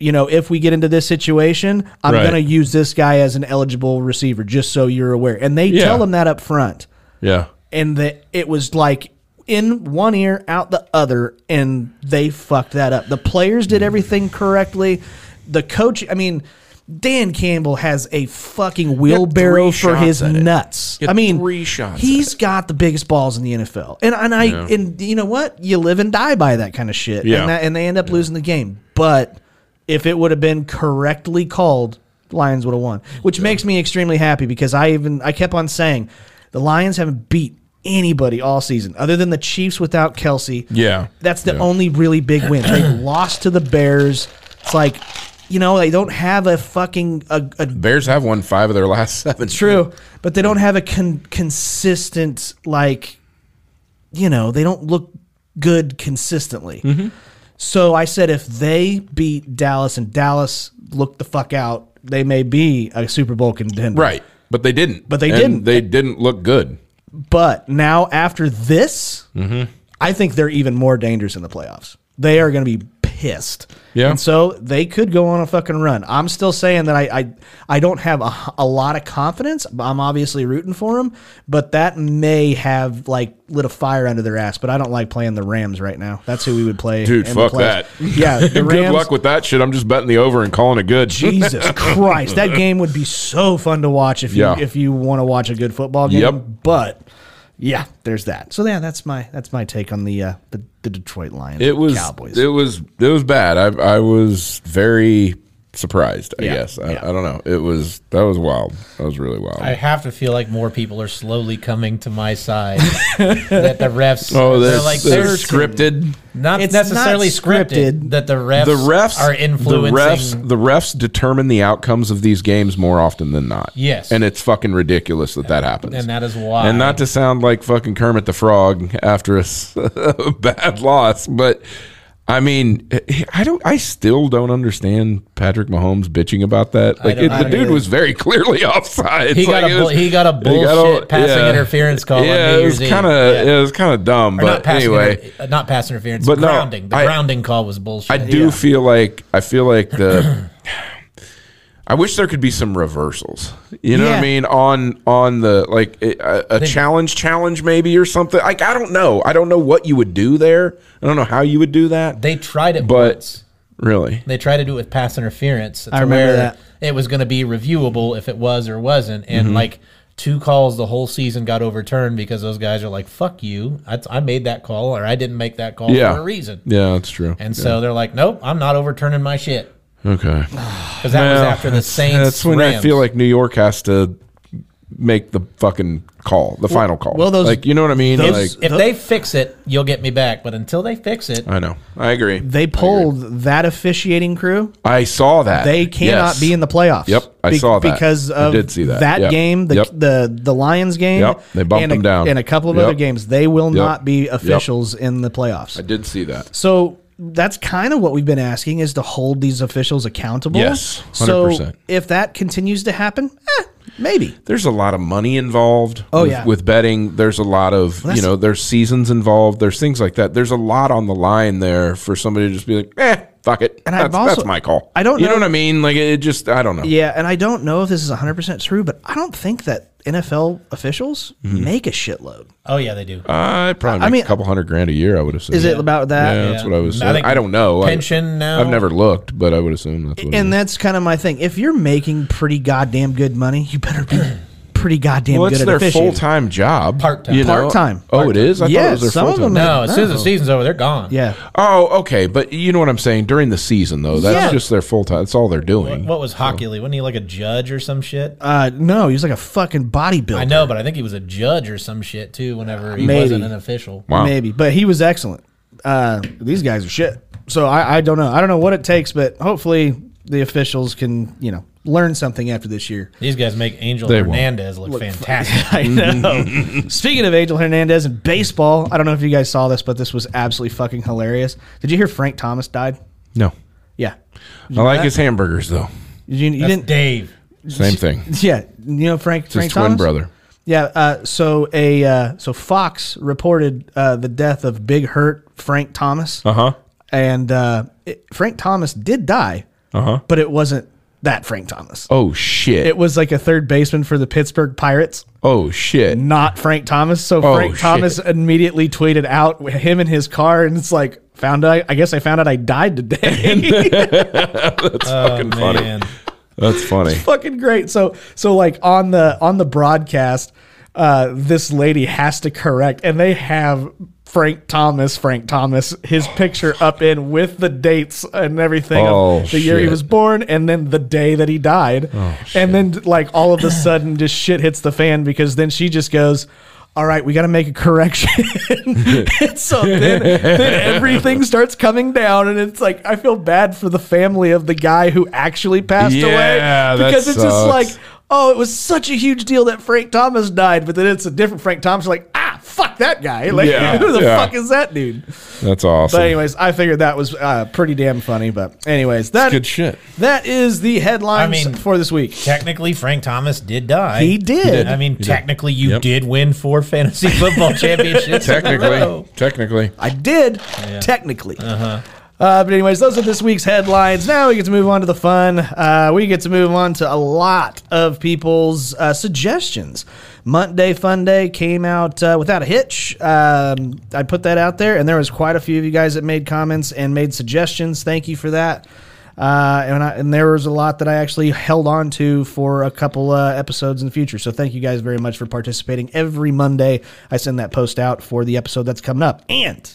S1: you know, if we get into this situation, I'm
S3: Right.
S1: going to use this guy as an eligible receiver, just so you're aware. And they
S3: Yeah.
S1: tell them that up front.
S3: Yeah.
S1: And that it was like in one ear, out the other, and they fucked that up. The players did everything correctly. The coach, I mean, Dan Campbell has a fucking wheelbarrow for
S3: shots
S1: his
S3: at it.
S1: nuts.
S3: Get
S1: I mean,
S3: three shots
S1: He's got the biggest balls in the NFL, and and I and you know what? You live and die by that kind of shit.
S3: Yeah.
S1: And, that, and they end up losing the game. But if it would have been correctly called, Lions would have won, which makes me extremely happy because I even I kept on saying the Lions haven't beat anybody all season other than the Chiefs without Kelsey.
S3: Yeah.
S1: That's the
S3: Yeah.
S1: only really big win. They lost to the Bears. It's like, you know, they don't have a fucking a, a
S3: Bears have won five of their last seven.
S1: True, but they don't have a con- consistent like, you know, they don't look good consistently. So I said if they beat Dallas and Dallas look the fuck out, they may be a Super Bowl contender.
S3: Right. But they didn't.
S1: But they
S3: And
S1: didn't.
S3: They didn't look good.
S1: But now after this,
S3: Mm-hmm.
S1: I think they're even more dangerous in the playoffs. They are going to be pissed.
S3: Yeah.
S1: And so they could go on a fucking run. I'm still saying that I I, I don't have a, a lot of confidence. I'm obviously rooting for them, but that may have like lit a fire under their ass. But I don't like playing the Rams right now. That's who we would play.
S3: Dude,
S1: in the
S3: fuck
S1: playoffs.
S3: that.
S1: Yeah. The
S3: Good
S1: Rams,
S3: luck with that shit. I'm just betting the over and calling it good.
S1: Jesus Christ, that game would be so fun to watch if you
S3: Yeah.
S1: if you want to watch a good football game.
S3: Yep.
S1: But yeah, there's that. So yeah, that's my that's my take on the uh, the, the Detroit Lions.
S3: It was
S1: Cowboys.
S3: it was it was bad. I I was very surprised, I
S1: Yeah,
S3: guess. I,
S1: yeah.
S3: I don't know. It was that was wild. That was really wild.
S4: I have to feel like more people are slowly coming to my side. that the refs,
S3: oh,
S4: they're
S3: that's
S4: like
S3: like they're
S4: they're
S3: scripted.
S4: not
S1: It's
S4: necessarily
S1: not
S4: scripted,
S1: scripted.
S4: That the refs,
S3: The refs
S4: are influencing.
S3: The refs, the refs determine the outcomes of these games more often than not.
S4: Yes.
S3: and it's fucking ridiculous that that happens.
S4: and that is why.
S3: And not to sound like fucking Kermit the Frog after a s- a bad loss, but I mean, I don't. I still don't understand Patrick Mahomes bitching about that. Like
S4: don't
S3: it, the
S4: either.
S3: dude was very clearly offside.
S4: He
S3: It's
S4: got
S3: like
S4: a
S3: it
S4: bull-
S3: was-
S4: he got a bullshit passing interference call on
S3: Yeah,
S4: New
S3: it was
S4: Year's Eve.
S3: kind of
S4: Yeah.
S3: it was kind of dumb.
S4: Or not
S3: But
S4: passing
S3: anyway,
S4: inter- uh, not pass interference.
S3: But no,
S4: grounding. the
S3: I-
S4: grounding call was bullshit.
S3: I do feel like I feel like the I wish there could be some reversals. You know what
S1: Yeah.
S3: I mean on on the like a, a challenge challenge maybe or something. Like I don't know. I don't know what you would do there. I don't know how you would do that.
S4: They tried it
S3: But-
S4: once.
S3: really.
S4: They tried to do it with pass interference. to
S1: I remember that.
S4: It was going to be reviewable if it was or wasn't, and
S3: Mm-hmm.
S4: like two calls the whole season got overturned because those guys are like, "Fuck you! I, I made that call, or I didn't make that call
S3: Yeah.
S4: for a reason."
S3: Yeah, that's true.
S4: And so they're like, "Nope, I'm not overturning my shit."
S3: Okay.
S4: Because that was
S3: Well,
S4: after the
S3: that's-
S4: Saints.
S3: That's when I
S4: Rams.
S3: feel like New York has to make the fucking call, the final call.
S1: well, those-
S3: like you know what I mean?
S1: those-
S3: like
S4: if they fix it, you'll get me back. But until they fix it,
S3: I know. I agree.
S1: They pulled that officiating crew.
S3: I saw that.
S1: They cannot
S3: Yes.
S1: be in the playoffs.
S3: Yep, I saw that.
S1: because
S3: I
S1: of
S3: did see that. Yep.
S1: game, the,
S3: Yep.
S1: the the Lions game.
S3: Yep, they bumped
S1: and a,
S3: them down.
S1: and a couple of
S3: Yep.
S1: other games. They will
S3: Yep.
S1: not be
S3: Yep.
S1: officials in the playoffs.
S3: I did see that.
S1: So that's kind of what we've been asking is to hold these officials accountable.
S3: Yes,
S1: So
S3: 100%.
S1: if that continues to happen, eh, maybe.
S3: There's a lot of money involved.
S1: Oh,
S3: with,
S1: yeah.
S3: with betting. There's a lot of
S1: Well,
S3: you know. There's seasons involved. There's things like that. There's a lot on the line there for somebody to just be like, eh, fuck it.
S1: And I've
S3: that's,
S1: also-
S3: that's my call.
S1: I don't
S3: You
S1: know-
S3: know what I mean? Like it just. I don't know.
S1: Yeah, and I don't know if this is 100% true, but I don't think that NFL officials
S3: Mm-hmm.
S1: make a shitload.
S4: oh yeah, they do.
S3: I Uh, probably
S1: I
S3: make
S1: mean-
S3: a couple hundred grand a year. I would assume.
S1: Is it about that?
S3: Yeah, that's
S4: Yeah.
S3: what I was.
S4: I
S3: Saying.
S4: think
S3: I, don't know. Oh, I-
S4: pension now-
S3: I've never looked, but I would assume that's what. it
S1: And
S3: is.
S1: that's kind of my thing. If you're making pretty goddamn good money, you better be pretty goddamn
S3: well,
S1: good
S3: it's
S1: at
S3: their full
S1: officiating.
S3: time job,
S4: Part-time.
S3: you know?
S1: Part-time.
S3: Oh, it is. I
S1: Yeah,
S3: thought it was
S1: some
S3: their
S1: of
S3: full time.
S1: them-
S4: no, as soon as the season's over, they're gone.
S1: Yeah.
S3: Oh, okay, but you know what I'm saying. During the season, though, that's
S1: Yeah.
S3: just their full time. That's all they're doing.
S4: What was Hockley? Wasn't he like a judge or some shit?
S1: Uh, no, he's like a fucking bodybuilder.
S4: I know, but I think he was a judge or some shit too. Whenever he
S1: Maybe.
S4: wasn't an official,
S3: Wow.
S1: Maybe, but he was excellent. Uh, these guys are shit. So I, I don't know. I don't know what it takes, but hopefully the officials can, you know, learn something after this year.
S4: these guys make Angel
S3: They won't.
S4: Hernandez look, fantastic.
S1: I know. Speaking of Angel Hernandez and baseball, I don't know if you guys saw this, but this was absolutely fucking hilarious. Did you hear Frank Thomas died?
S3: No,
S1: Yeah.
S3: I like his hamburgers though.
S1: You, you
S4: That's
S1: didn't.
S4: Dave.
S3: Same thing. It's
S1: Yeah, you know Frank.
S3: his twin
S1: Frank Thomas?
S3: brother.
S1: Yeah. Uh, so a uh, so Fox reported uh, the death of Big Hurt Frank Thomas.
S3: Uh huh.
S1: and uh, it, Frank Thomas did die, uh-huh. but it wasn't that Frank Thomas.
S3: Oh shit.
S1: It was like a third baseman for the Pittsburgh Pirates,
S3: oh shit.
S1: not Frank Thomas. So
S3: Oh,
S1: Frank
S3: shit.
S1: Thomas immediately tweeted out with him in his car, and it's like found out. I guess I found out I died today.
S3: fucking funny.
S4: Man,
S3: That's funny.
S1: Fucking great. So so like on the on the broadcast, uh, this lady has to correct, and they have. Frank Thomas, Frank Thomas, his picture up in with the dates and everything
S3: Oh,
S1: of the year he
S3: shit. Oh,
S1: was born and then the day that he died. and then like all of a sudden just shit hits the fan because then she just goes, all right, we got to make a correction. and so then, then everything starts coming down, and it's like I feel bad for the family of the guy who actually passed
S3: Yeah,
S1: away
S3: that
S1: because it's just
S3: sucks.
S1: like, oh, it was such a huge deal that Frank Thomas died, but then it's a different Frank Thomas. Like, ah, fuck that guy. Like,
S3: Yeah,
S1: who the
S3: yeah.
S1: fuck is that dude?
S3: That's awesome.
S1: But anyways, I figured that was uh, pretty damn funny. But anyways, that
S3: good shit.
S1: That is the headlines
S4: I mean-
S1: for this week.
S4: technically Frank Thomas did die.
S1: He did. He did.
S4: I mean, technically, you
S3: Yep.
S4: did win four fantasy football championships. in a row.
S3: Technically, technically,
S1: I did, technically. Uh-huh. but anyways, those are this week's headlines. Now we get to move on to the fun. Uh, we get to move on to a lot of people's uh, suggestions. Monday Fun Day came out uh, without a hitch. Um, I put that out there, and there was quite a few of you guys that made comments and made suggestions. Thank you for that. Uh, and, I, and there was a lot that I actually held on to for a couple uh, episodes in the future. So thank you guys very much for participating. Every Monday, I send that post out for the episode that's coming up. And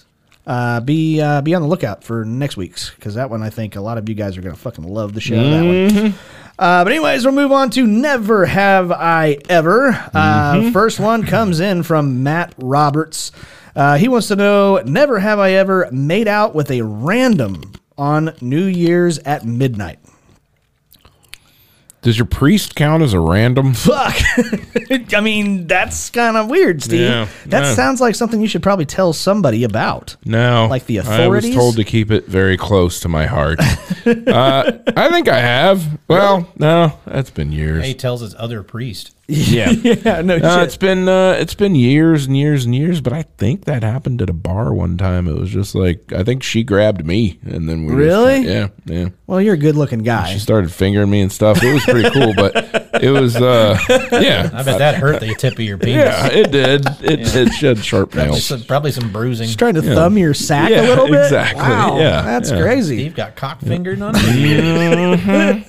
S1: uh, be uh, be on the lookout for next week's because that one I think a lot of you guys are gonna fucking love the shit out of that one. Uh, but anyways, we'll move on to never have I ever. Uh, First one comes in from Matt Roberts. Uh, he wants to know: Never have I ever made out with a random on New Year's at midnight.
S3: Does your priest count as a random?
S1: Fuck. I mean, that's kind of weird, Steve.
S3: Yeah,
S1: that
S3: yeah.
S1: sounds like something you should probably tell somebody about.
S3: No.
S1: Like the
S3: I
S1: authorities?
S3: was told to keep it very close to my heart. uh, I think I have. Well, no, that's been years.
S4: He tells his other priest.
S3: Yeah.
S1: Yeah, no
S3: Uh,
S1: shit.
S3: it's been uh, it's been years and years and years, but I think that happened at a bar one time. It was just like I think she grabbed me, and then we just-
S1: Really?
S3: yeah yeah
S1: Well, you're a good-looking guy.
S3: she started fingering me and stuff. It was pretty cool, but it was uh,
S4: I
S3: yeah
S4: bet that hurt the tip of your penis.
S3: yeah it did it did shed sharp
S4: Probably
S3: nails.
S4: some, probably some bruising.
S1: Just trying to thumb your sack a
S3: Yeah,
S1: little bit.
S3: exactly.
S1: Wow,
S3: Yeah,
S1: that's
S3: yeah.
S1: crazy.
S4: Steve got cock fingered on it.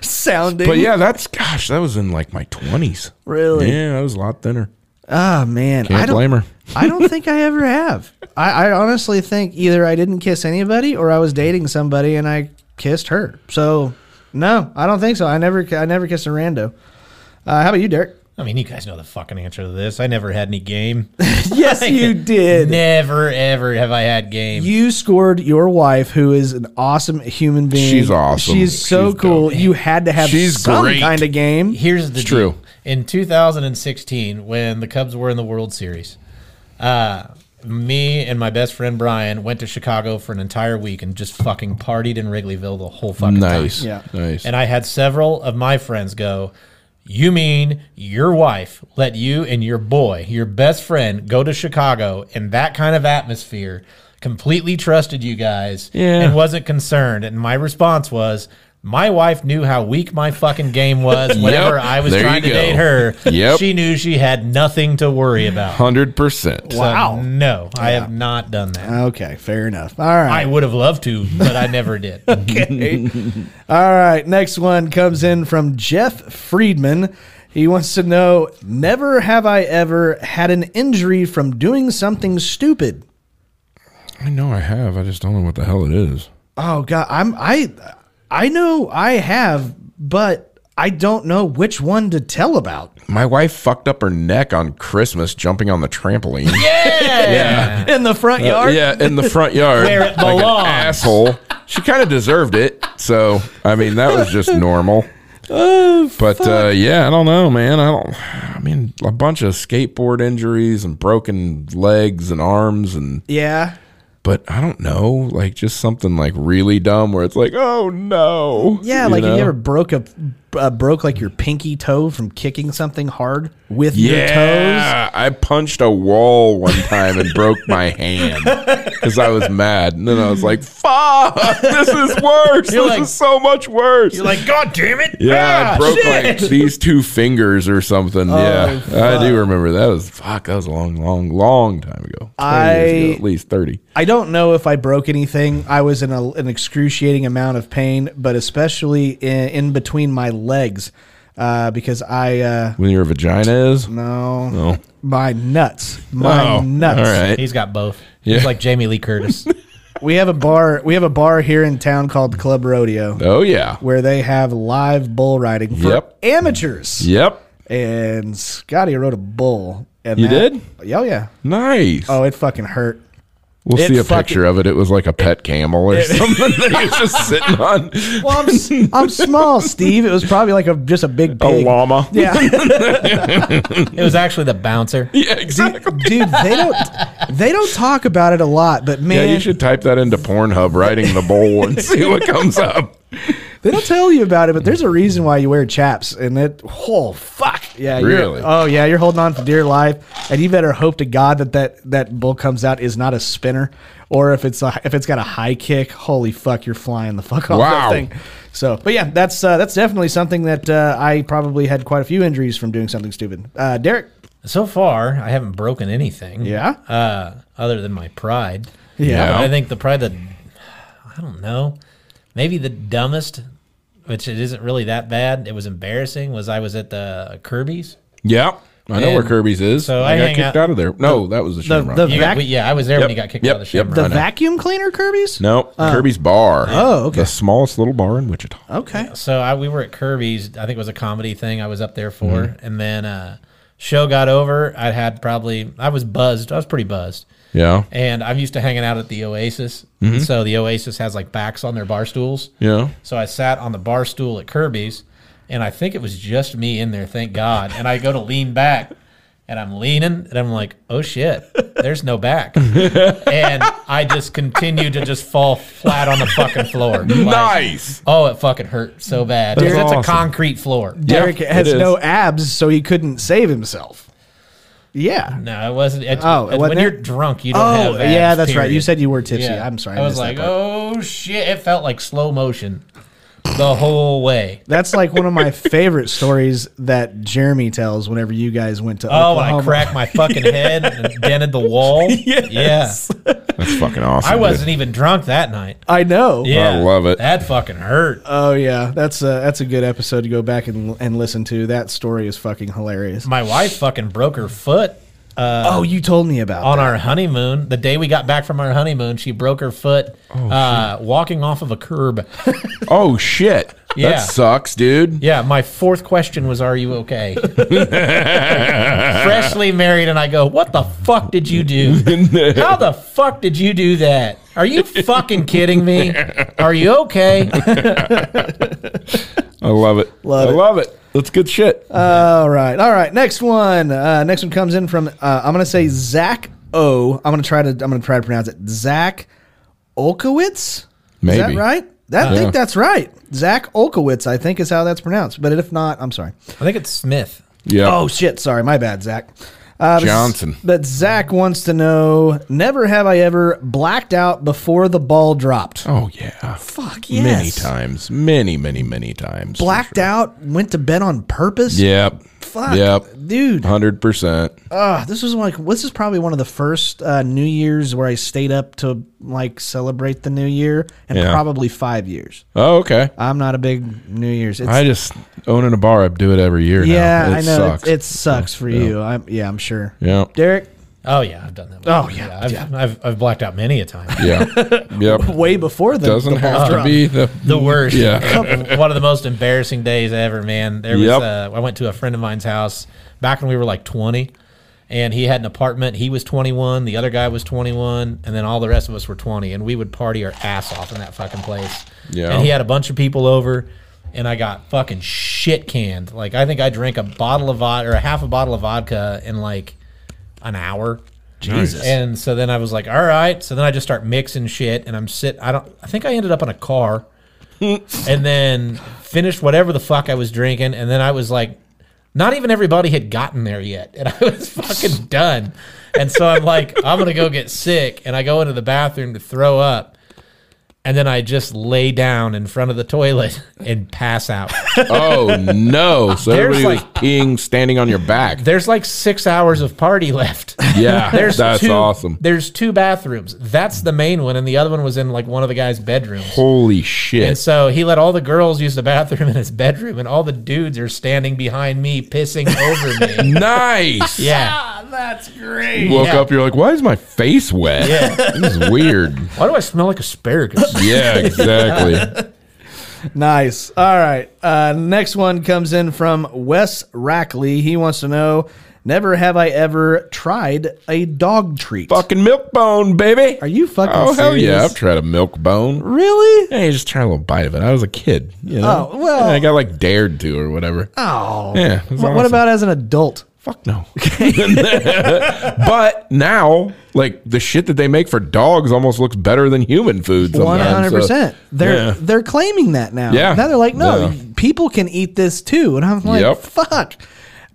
S1: Sounding.
S3: But yeah, that's gosh, that was in like my twenties.
S1: Really?
S3: Yeah, I was a lot thinner.
S1: Oh man, I
S3: Can't
S1: don't.
S3: blame her.
S1: I don't think I ever have. I, I honestly think either I didn't kiss anybody or I was dating somebody and I kissed her. So no, I don't think so. I never I never kissed a rando. Uh, how about you, Derek?
S4: I mean, you guys know the fucking answer to this. I never had any game.
S1: Yes, you did.
S4: Never, ever have I had game.
S1: You scored your wife, who is an awesome human being.
S3: She's awesome.
S1: She's so
S3: She's
S1: cool. You had to have
S3: She's
S1: some
S3: great.
S1: kind of game.
S4: Here's the
S3: Mm-hmm. It's true.
S4: deal. In 2016, when the Cubs were in the World Series, uh, me and my best friend Brian went to Chicago for an entire week and just fucking partied in Wrigleyville the whole fucking time.
S3: Nice,
S1: Yeah.
S3: nice.
S4: And I had several of my friends go, You mean your wife let you and your boy, your best friend, go to Chicago in that kind of atmosphere, completely trusted you guys,
S3: Yeah.
S4: and wasn't concerned? And my response was, my wife knew how weak my fucking game was whenever I was
S3: there
S4: trying to
S3: you go.
S4: date her.
S3: Yep.
S4: She knew she had nothing to worry about.
S3: Hundred percent.
S4: So,
S1: Wow.
S4: no, I have not done that.
S1: Okay, fair enough. All right.
S4: I would have loved to, but I never did.
S1: All right, next one comes in from Jeff Friedman. He wants to know Never have I ever had an injury from doing something stupid.
S3: I know I have. I just don't know what the hell it is.
S1: Oh god, I'm I I know I have, but I don't know which one to tell about.
S3: My wife fucked up her neck on Christmas jumping on the trampoline.
S1: In the front
S3: Uh,
S1: yard.
S3: yeah, in the front yard.
S4: Where it
S3: an
S4: belongs.
S3: asshole. She kind of deserved it. So, I mean, that was just normal. but uh, yeah, I don't know, man. I don't. I mean, a bunch of skateboard injuries and broken legs and arms, and
S1: Yeah.
S3: but I don't know, like just something like really dumb where it's like, oh no,
S1: Yeah, like
S3: know?
S1: if you ever broke a uh, broke like your pinky toe from kicking something hard with your toes.
S3: Yeah, I punched a wall one time and broke my hand because I was mad, and then I was like, "Fuck, this is worse. this
S4: like-
S3: is so much worse."
S4: You're like, God damn it.
S3: yeah,
S4: Ah,
S3: I broke
S4: shit."
S3: like these two fingers or something.
S1: Oh,
S3: yeah, I do remember that was fuck. That was a long, long, long time ago. 20 years ago,
S1: I-
S3: at least thirty.
S1: I don't know if I broke anything. I was in a, an excruciating amount of pain, but especially in, in between my legs, uh, because I uh,
S3: When your vagina is
S1: no,
S3: no,
S1: my nuts, my
S3: Oh,
S1: nuts.
S3: All right,
S4: He's got both.
S3: Yeah.
S4: He's like Jamie Lee Curtis.
S1: We have a bar. We have a bar here in town called Club Rodeo,
S3: oh yeah,
S1: where they have live bull riding for
S3: Yep.
S1: amateurs.
S3: yep,
S1: And Scotty rode a bull. And
S3: You
S1: that-
S3: did?
S1: Oh yeah.
S3: nice.
S1: Oh, it fucking hurt.
S3: we'll
S1: it
S3: see a
S1: fucking-
S3: picture of it. It was like a pet camel or something that he was just sitting on.
S1: Well, I'm, s- I'm small, Steve. It was probably like a just a big pig.
S3: llama.
S1: Yeah.
S4: it was actually the bouncer.
S3: Yeah, exactly.
S1: dude they don't they don't talk about it a lot but
S3: Yeah,
S1: man
S3: you should type that into Pornhub, riding the bowl, and see what comes up.
S1: they don't tell you about it but there's a reason why you wear chaps and it oh fuck yeah you're-
S3: Really?
S1: oh yeah you're holding on for dear life and you better hope to god that that, that bull comes out is not a spinner or if it's a, if it's got a high kick holy fuck you're flying the fuck off that
S3: Wow.
S1: thing so but yeah that's uh, that's definitely something that uh, i probably had quite a few injuries from doing something stupid uh, derek
S4: So far, I haven't broken anything.
S1: Yeah?
S4: Uh, other than my pride.
S1: Yeah.
S4: But I think the pride that I don't know, maybe the dumbest, which it isn't really that bad. It was embarrassing. Was I was at the Kirby's.
S3: Yeah, I know where
S4: And
S3: Kirby's is.
S4: so I
S3: I, got
S4: hang out-
S3: kicked out, of there. No, that was the
S1: the,
S3: Shamrock.
S1: the,
S4: You-
S1: vac-
S4: we- yeah, I was there when he
S3: Yep,
S4: got kicked
S3: yep,
S4: out of the
S3: yep.
S4: Chevron.
S1: the
S3: I know.
S1: vacuum cleaner kirby's
S3: no, Kirby's Bar.
S1: Oh, okay.
S3: The smallest little bar in Wichita.
S1: okay
S4: So I, we were at Kirby's. I think it was a comedy thing I was up there for.
S3: Mm-hmm.
S4: And then uh, show got over. I had probably, I was buzzed. I was pretty buzzed.
S3: Yeah,
S4: and I'm used to hanging out at the Oasis. So the Oasis has like backs on their bar stools.
S3: Mm-hmm. yeah.
S4: So I sat on the bar stool at Kirby's, and I think it was just me in there, thank God. And I go to lean back, and I'm leaning, and I'm like, oh shit, there's no back. and I just continue to just fall flat on the fucking floor. Like,
S3: Nice.
S4: Oh, it fucking hurt so bad. 'Cause
S3: That's
S4: It's a
S3: awesome.
S4: concrete floor.
S1: Derek
S3: Yeah,
S1: has
S3: it is.
S1: no abs, so he couldn't save himself. Yeah.
S4: No, it wasn't. It,
S1: Oh, it
S4: it- when
S1: wasn't
S4: you're
S1: it?
S4: drunk, you don't
S1: Oh,
S4: have. abs,
S1: yeah, that's right. You
S4: period.
S1: said you were tipsy.
S4: Yeah.
S1: I'm sorry.
S4: I was
S1: missed that
S4: like,
S1: part.
S4: oh shit! It felt like slow motion the whole way.
S1: That's like one of my favorite stories that Jeremy tells whenever you guys went to
S4: Oh,
S1: Oklahoma.
S4: I cracked my fucking head and dented the wall.
S1: Yes.
S4: Yeah,
S3: That's fucking awesome.
S4: I
S3: dude.
S4: wasn't even drunk that night.
S1: I know.
S4: Yeah,
S3: love it.
S4: That fucking hurt.
S1: Oh yeah, that's a that's a good episode to go back and and listen to. That story is fucking hilarious.
S4: My wife fucking broke her foot
S1: oh, you told me about
S4: on our honeymoon. The day we got back from our honeymoon, she broke her foot uh, walking off of a curb.
S3: Oh shit.
S4: Yeah.
S3: That sucks, dude.
S4: Yeah, my fourth question was, "Are you okay?" Freshly married, and I go, "What the fuck did you do? How the fuck did you do that? Are you fucking kidding me? Are you okay?"
S3: I love it.
S1: Love
S3: I
S1: it.
S3: love it. That's good shit.
S1: All right, all right. Next one. Uh, next one comes in from uh, I'm gonna say Zach O. I'm gonna try to I'm gonna try to pronounce it Zach Olkowitz.
S3: Maybe.
S1: Is that right? That, I
S3: Yeah.
S1: think that's right. Zach Olkowitz, I think is how that's pronounced. But if not, I'm sorry.
S4: I think it's Smith.
S3: Yeah.
S1: Oh shit! Sorry, my bad, Zach. Uh, but-
S3: Johnson.
S1: But Zach wants to know: Never have I ever blacked out before the ball dropped.
S3: Oh yeah.
S1: Fuck yes.
S3: Many times. Many, many, many times. for
S1: Blacked
S3: sure.
S1: out, went to bed on purpose.
S3: Yep.
S1: Fuck,
S3: Yep.
S1: dude.
S3: Hundred percent.
S1: Ah, this was like this is probably one of the first uh, New Year's where I stayed up to like celebrate the New Year, and
S3: Yeah.
S1: probably five years.
S3: Oh, okay.
S1: I'm not a big New Year's. It's,
S3: I just owning a bar. I do it every year.
S1: yeah,
S3: now. It
S1: I know
S3: Sucks.
S1: It, it sucks for you. I'm yeah, I'm sure.
S3: yeah.
S1: Derek,
S4: Oh yeah, I've done that.
S1: Oh, yeah,
S4: I've, I've, I've blacked out many a time.
S3: Yeah. yep.
S1: way before the
S3: Doesn't
S1: the ball
S3: have to
S1: dropped.
S3: be the
S4: The worst.
S3: Yeah.
S4: One of the most embarrassing days ever, man. There was.
S3: Yep.
S4: Uh, I went to a friend of mine's house back when we were like twenty, and he had an apartment. He was twenty one. The other guy was twenty one, and then all the rest of us were twenty. And we would party our ass off in that fucking place.
S3: Yeah.
S4: And he had a bunch of people over, and I got fucking shit canned. Like I think I drank a bottle of vodka or a half a bottle of vodka in like an hour.
S3: Jesus.
S4: And so then I was like, all right. So then I just start mixing shit, and I'm sit. I don't. I think I ended up in a car, and then finished whatever the fuck I was drinking, and then I was like, not even everybody had gotten there yet, and I was fucking done. And so I'm like, I'm gonna go get sick, and I go into the bathroom to throw up. And then I just lay down in front of the toilet and pass out.
S3: Oh no! So
S4: There's
S3: everybody was
S4: like-
S3: peeing standing on your back.
S4: There's like six hours of party left.
S3: Yeah,
S4: There's
S3: that's
S4: two,
S3: awesome.
S4: There's two bathrooms. That's the main one, and the other one was in like one of the guys' bedrooms.
S3: Holy
S4: And
S3: shit!
S4: so he let all the girls use the bathroom in his bedroom, and all the dudes are standing behind me, pissing over me.
S3: Nice.
S4: Yeah.
S3: You woke
S4: Yeah.
S3: up, you're like, why is my face wet? Yeah. This is weird.
S4: Why do I smell like asparagus?
S3: Yeah, exactly.
S1: Nice. All right. Uh, next one comes in from Wes Rackley. He wants to know Never have I ever tried a dog treat.
S3: fucking milk bone, baby.
S1: Are you fucking
S3: Oh hell yeah!
S1: serious?
S3: I've tried a milk bone.
S1: Really?
S3: Hey, just try a little bite of it. I was a kid. You know?
S1: Oh, well.
S3: Yeah, I got like dared to or whatever.
S1: Oh.
S3: Yeah. it
S1: What,
S3: was
S1: what
S3: awesome.
S1: about as an adult?
S3: Fuck no. but now, like the shit that they make for dogs almost looks better than human food.
S1: One hundred
S3: Sometimes, so-
S1: percent. They're
S3: uh, Yeah.
S1: they're claiming that now.
S3: Yeah.
S1: Now they're like, no,
S3: Yeah.
S1: people can eat this too, and I'm like,
S3: Yep.
S1: fuck.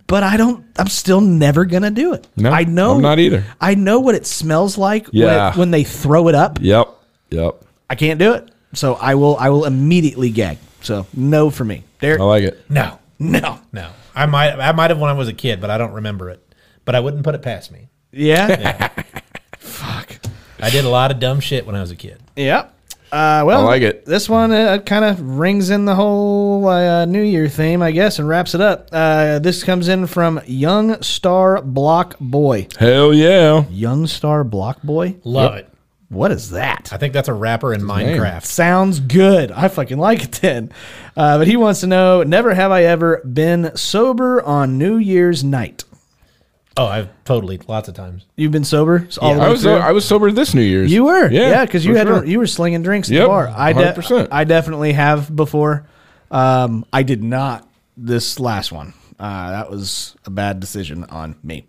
S1: But I don't. I'm still never gonna do it.
S3: No,
S1: I know.
S3: I'm not either.
S1: I know what it smells like when,
S3: Yeah.
S1: it, when they throw it up.
S3: Yep. Yep.
S1: I can't do it. So I will I will immediately gag. So no for me. Derek,
S3: I like it.
S4: No,
S1: no.
S4: no. I might, I might have when I was a kid, but I don't remember it. But I wouldn't put it past me.
S1: Yeah.
S4: I did a lot of dumb shit when I was a kid.
S1: yep. Uh, well,
S3: I like it.
S1: This one uh, kind of rings in the whole uh, New Year theme, I guess, and wraps it up. Uh, this comes in from Young Star Block Boy.
S3: Hell yeah.
S1: Young Star Block Boy?
S4: Love it.
S1: What is that?
S4: I think that's a rapper in Minecraft.
S1: Sounds good. I fucking like it then. Uh, but he wants to know Never have I ever been sober on New Year's night.
S4: Oh, I've totally lots of times.
S1: You've been sober? all the
S3: I
S1: way
S3: was uh,
S1: through?
S3: I was sober this New Year's.
S1: You were, yeah, because you
S3: for
S1: had
S3: sure.
S1: you were slinging drinks at the
S3: Yep,
S1: bar. I de-
S3: 100%.
S1: I definitely have before. Um, I did not this last one. Uh, that was a bad decision on me.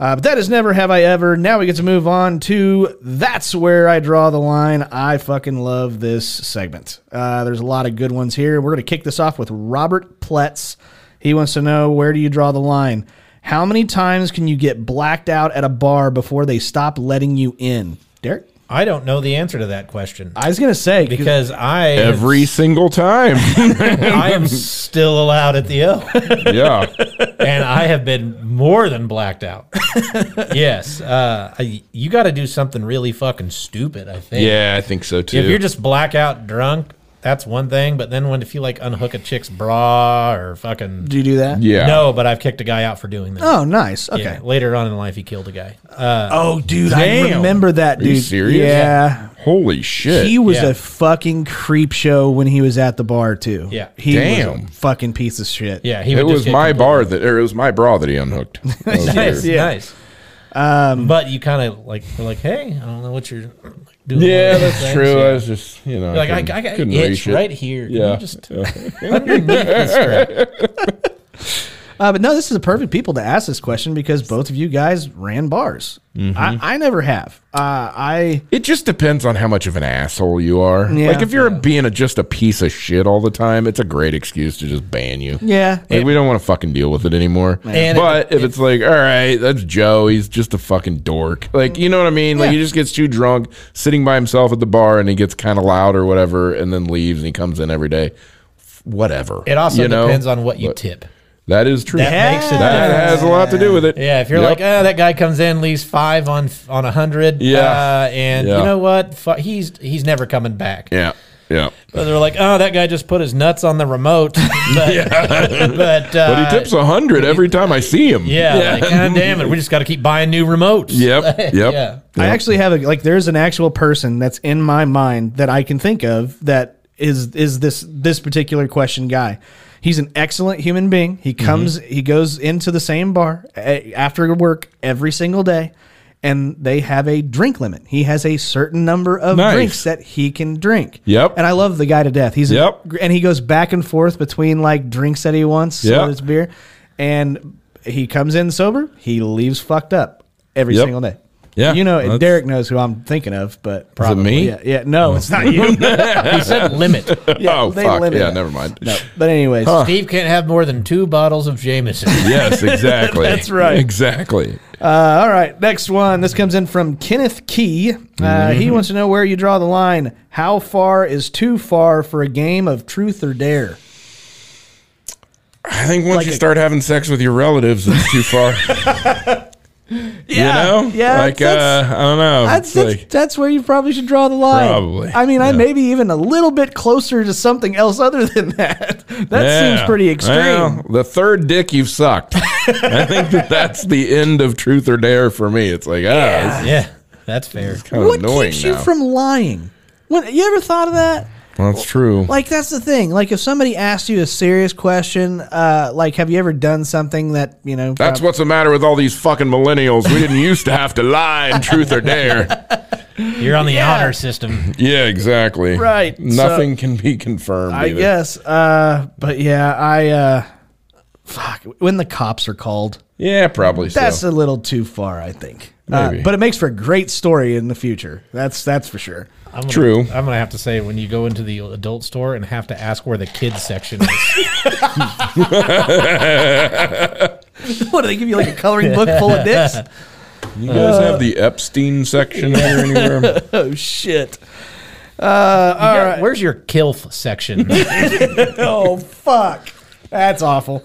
S1: Uh, but that is never have I ever. Now we get to move on to that's where I draw the line. I fucking love this segment. Uh, there's a lot of good ones here. We're going to kick this off with Robert Pletz. He wants to know where do you draw the line? How many times can you get blacked out at a bar before they stop letting you in? Derek?
S4: I don't know the answer to that question
S1: I was going to say,
S4: because I
S3: Every single time.
S4: I am still allowed at the O.
S3: yeah.
S4: and I have been more than blacked out. yes, uh, I, you got to do something really fucking stupid. I think.
S3: Yeah, I think so too.
S4: If you're just blackout drunk, that's one thing. But then when if you like unhook a chick's bra or fucking
S1: do you do that?
S3: yeah.
S4: no, but I've kicked a guy out for doing that.
S1: Oh, nice. Okay.
S4: Yeah, later on in life, he killed a guy.
S1: Oh, dude, I
S4: Damn.
S1: remember that dude.
S3: you serious?
S1: Yeah.
S3: Holy shit.
S1: He was
S4: Yeah.
S1: a fucking creep show when he was at the bar too.
S4: Yeah.
S1: He was
S3: Damn.
S1: a fucking piece of shit.
S4: Yeah, he
S3: it
S4: would just
S3: was
S4: get
S3: my
S4: completely-
S3: bar that, or it was my bra that he unhooked. That was
S4: Nice,
S3: weird.
S4: nice.
S3: Um,
S4: but you kind of like were like, hey, I don't know what you're like, doing.
S3: Yeah,
S4: Like,
S3: that's
S4: thanks,
S3: true.
S4: yeah.
S3: I was just, you know,
S4: You're like
S3: couldn't-
S4: I, I got an
S3: couldn't
S4: itch
S3: reach it.
S4: right here. Can
S3: Yeah.
S4: you just underneath this crap.
S1: Uh, but no, this is the perfect people to ask this question because both of you guys ran bars.
S3: Mm-hmm.
S1: I, I never have. Uh, I
S3: It just depends on how much of an asshole you are.
S1: Yeah.
S3: Like if you're being a, just a piece of shit all the time, it's a great excuse to just ban you.
S1: yeah.
S3: Like we don't want to fucking deal with it anymore.
S4: And
S3: but if it's like, all right, that's Joe. He's just a fucking dork. Like you know what I mean? Like he just gets too drunk, sitting by himself at the bar, and he gets kind of loud or whatever, and then leaves and he comes in every day. Whatever.
S4: It also
S3: You know?
S4: depends on what you
S3: But
S4: tip.
S3: That is true.
S4: That makes a
S3: That
S4: difference.
S3: has a lot to do with it.
S4: Yeah, if you're like, ah, that guy comes in, leaves five on on a hundred.
S3: Yeah.
S4: uh, and
S3: Yeah.
S4: you know what? Fu he's he's never coming back.
S3: yeah, yeah.
S4: But they're like, oh, that guy just put his nuts on the remote. But, but, uh,
S3: But he tips a hundred every time I see him.
S4: Yeah, like, ah, damn it, we just got to keep buying new remotes.
S3: Yep. Yep.
S4: Yeah.
S1: I actually have a like there's an actual person that's in my mind that I can think of that is is this this particular question guy. He's an excellent human being. He
S3: Mm-hmm.
S1: comes he goes into the same bar a, after work every single day and they have a drink limit. He has a certain number of
S3: Nice.
S1: drinks that he can drink.
S3: Yep.
S1: And I love the guy to death. He's
S3: Yep.
S1: a, and he goes back and forth between like drinks that he wants,
S3: Yep.
S1: whether it's beer, and he comes in sober, he leaves fucked up every
S3: Yep.
S1: single day.
S3: Yeah,
S1: You know,
S3: that's-
S1: Derek knows who I'm thinking of, but probably.
S3: me?
S1: Yeah, yeah no, it's not you.
S4: He said limit.
S1: Yeah,
S3: oh
S1: they
S3: fuck.
S1: limit
S3: Yeah.
S1: it.
S3: Never mind.
S1: no, but anyways,
S4: Steve can't have more than two bottles of Jameson.
S3: Yes. Exactly.
S1: That's right.
S3: Exactly.
S1: Uh, all right, next one. This comes in from Kenneth Key. Uh,
S3: Mm-hmm.
S1: He wants to know where you draw the line. How far is too far for a game of truth or dare?
S3: I think once you start having sex with your relatives, it's too far. you know?
S1: yeah,
S3: Like, uh,
S1: that's-
S3: I don't know.
S1: That's,
S3: It's
S1: that's,
S3: like,
S1: that's where you probably should draw the line.
S3: Probably,
S1: I mean, I
S3: yeah.
S1: may be even a little bit closer to something else other than that. That seems
S3: yeah.
S1: pretty extreme.
S3: Well, the third dick you've sucked. I think that that's the end of truth or dare for me. It's like, ah, it's
S4: yeah, that's fair.
S3: kind of
S1: what
S3: annoying
S1: keeps
S3: now.
S1: you from lying? What, you ever thought of that?
S3: Well, that's true.
S1: Like that's the thing. Like if somebody asks you a serious question, uh, like have you ever done something that you know?
S3: that's what's the matter with all these fucking millennials. We didn't used to have to lie in truth or dare.
S4: You're on the honor system.
S3: Yeah, exactly.
S1: Right, so-
S3: Nothing can be confirmed.
S1: I
S3: either.
S1: guess. Uh, but yeah, I uh, fuck when the cops are called.
S3: Yeah, probably
S1: That's a
S3: so.
S1: little too far, I think. Uh,
S3: Maybe.
S1: but it makes for a great story in the future. That's that's for sure.
S4: I'm gonna,
S3: True.
S4: I'm gonna have to say when you go into the adult store and have to ask where the kids section is.
S1: what do they give you like a coloring book full of dicks?
S3: you guys
S1: uh,
S3: have the Epstein section here anywhere?
S1: Oh shit!
S4: Yeah, Where's your kilf section?
S1: Oh fuck! That's awful.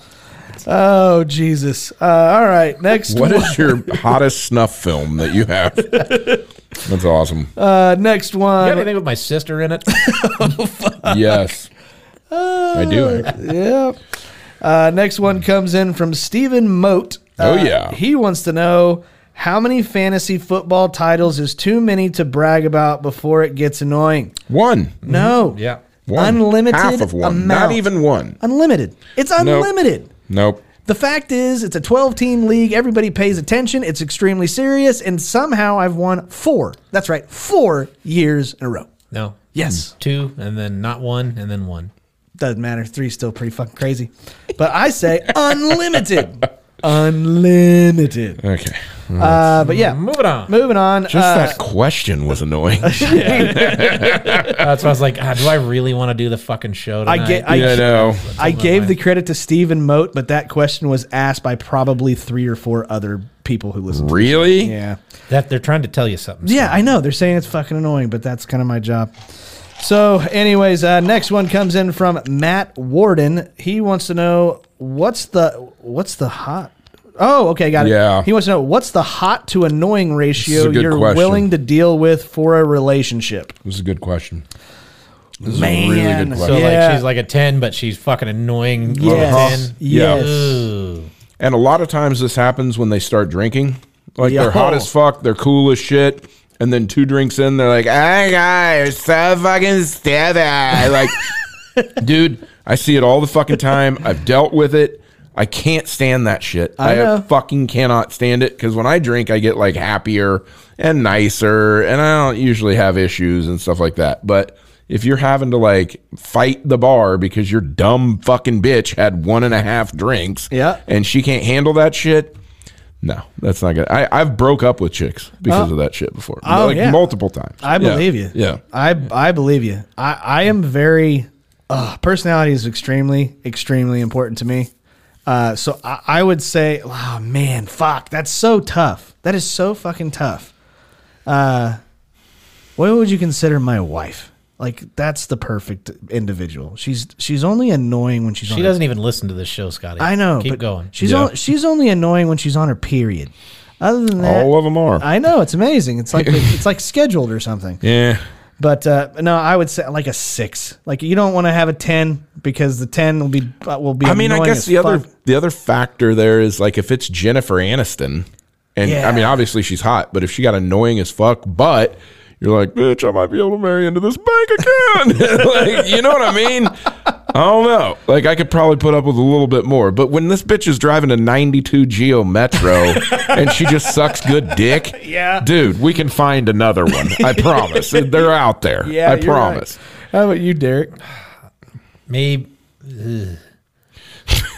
S1: Oh Jesus! Uh, all right, next.
S3: What
S1: one.
S3: is your hottest snuff film that you have? That's awesome.
S1: Uh, next
S4: You
S1: one.
S4: got anything with my sister in it?
S3: yes.
S1: Uh,
S3: I do.
S1: Yep. Uh, next one comes in from Stephen Moat.
S3: Oh,
S1: Uh,
S3: yeah.
S1: He wants to know how many fantasy football titles is too many to brag about before it gets annoying?
S3: One.
S1: No.
S4: Yeah.
S3: One.
S1: Unlimited
S3: Half of one.
S1: amount.
S3: Not even one.
S1: Unlimited. It's unlimited.
S3: Nope.
S1: The fact is, it's a 12 team league. Everybody pays attention. It's extremely serious. And somehow I've won four. That's right, four years in a row.
S4: No.
S1: Yes.
S3: Hmm.
S4: Two and then not one and then one.
S1: Doesn't matter. Three's still pretty fucking crazy. But I say unlimited. unlimited.
S3: Okay.
S1: Uh, but yeah,
S4: Moving on.
S1: moving on.
S3: Just
S1: uh,
S3: that question was annoying.
S4: That's why I was like, ah, do I really want to do the fucking show
S1: I
S4: tonight?
S1: get. I,
S3: yeah, I know.
S1: I gave the credit to Stephen Moat, but that question was asked by probably three or four other people who listened.
S3: Really?
S1: Yeah.
S4: that they're trying to tell you something.
S1: Yeah, I know. They're saying it's fucking annoying, but that's kind of my job. So, anyways, uh, next one comes in from Matt Warden. He wants to know what's the what's the hot. Oh, okay, got it.
S3: Yeah.
S1: He wants to know what's the hot to annoying ratio
S3: good
S1: you're
S3: question.
S1: willing to deal with for a relationship.
S3: This is a good question. This
S1: Man.
S3: is a really good
S4: So
S3: question.
S1: Yeah.
S4: like she's like a ten, but she's fucking annoying.
S1: Yes.
S4: Ten.
S3: Yeah.
S1: Yes.
S4: Ooh.
S3: and a lot of times this happens when they start drinking. Like
S1: Yo.
S3: they're hot as fuck, they're cool as shit. And then two drinks in, they're like, I got so fucking steady. Like, dude, I see it all the fucking time. I've dealt with it. I can't stand that shit.
S1: I
S3: I,
S1: know.
S3: fucking cannot stand it because when I drink, I get like happier and nicer, and I don't usually have issues and stuff like that. But if you're having to like fight the bar because your dumb fucking bitch had one and a half drinks,
S1: Yeah.
S3: and she can't handle that shit. No, that's not good. I, I've broke up with chicks because of that shit before,
S1: oh,
S3: like
S1: yeah.
S3: multiple times.
S1: I
S3: Yeah.
S1: believe you.
S3: Yeah,
S1: I I believe you. I I am very uh, personality is extremely extremely important to me. Uh, so I, I would say, oh man, fuck, that's so tough. That is so fucking tough. Uh, what would you consider my wife? Like that's the perfect individual. She's she's only annoying when she's on
S4: She
S1: her
S4: doesn't even listen to this show, Scotty.
S1: I know.
S4: Keep
S1: but
S4: going.
S1: She's
S3: Yeah.
S1: on, she's only annoying when she's on her period. Other than that,
S3: all of them are.
S1: I know it's amazing. It's like it's like scheduled or something.
S3: yeah,
S1: But uh, no, I would say like a six. Like you don't want to have a ten because the ten will be uh, will be.
S3: I mean, I
S1: annoying
S3: guess
S1: as
S3: the other
S1: fuck.
S3: the other factor there is like if it's Jennifer Aniston, and
S1: Yeah.
S3: I mean obviously she's hot, but if she got annoying as fuck, but you're like, bitch, I might be able to marry into this bank account. like, you know what I mean? I don't know. Like I could probably put up with a little bit more, but when this bitch is driving a '92 Geo Metro and she just sucks good dick,
S1: Yeah.
S3: dude, we can find another one. I promise. They're out there.
S1: Yeah,
S3: I
S1: you're right.
S3: promise.
S1: How about you, Derek?
S4: Me. ugh.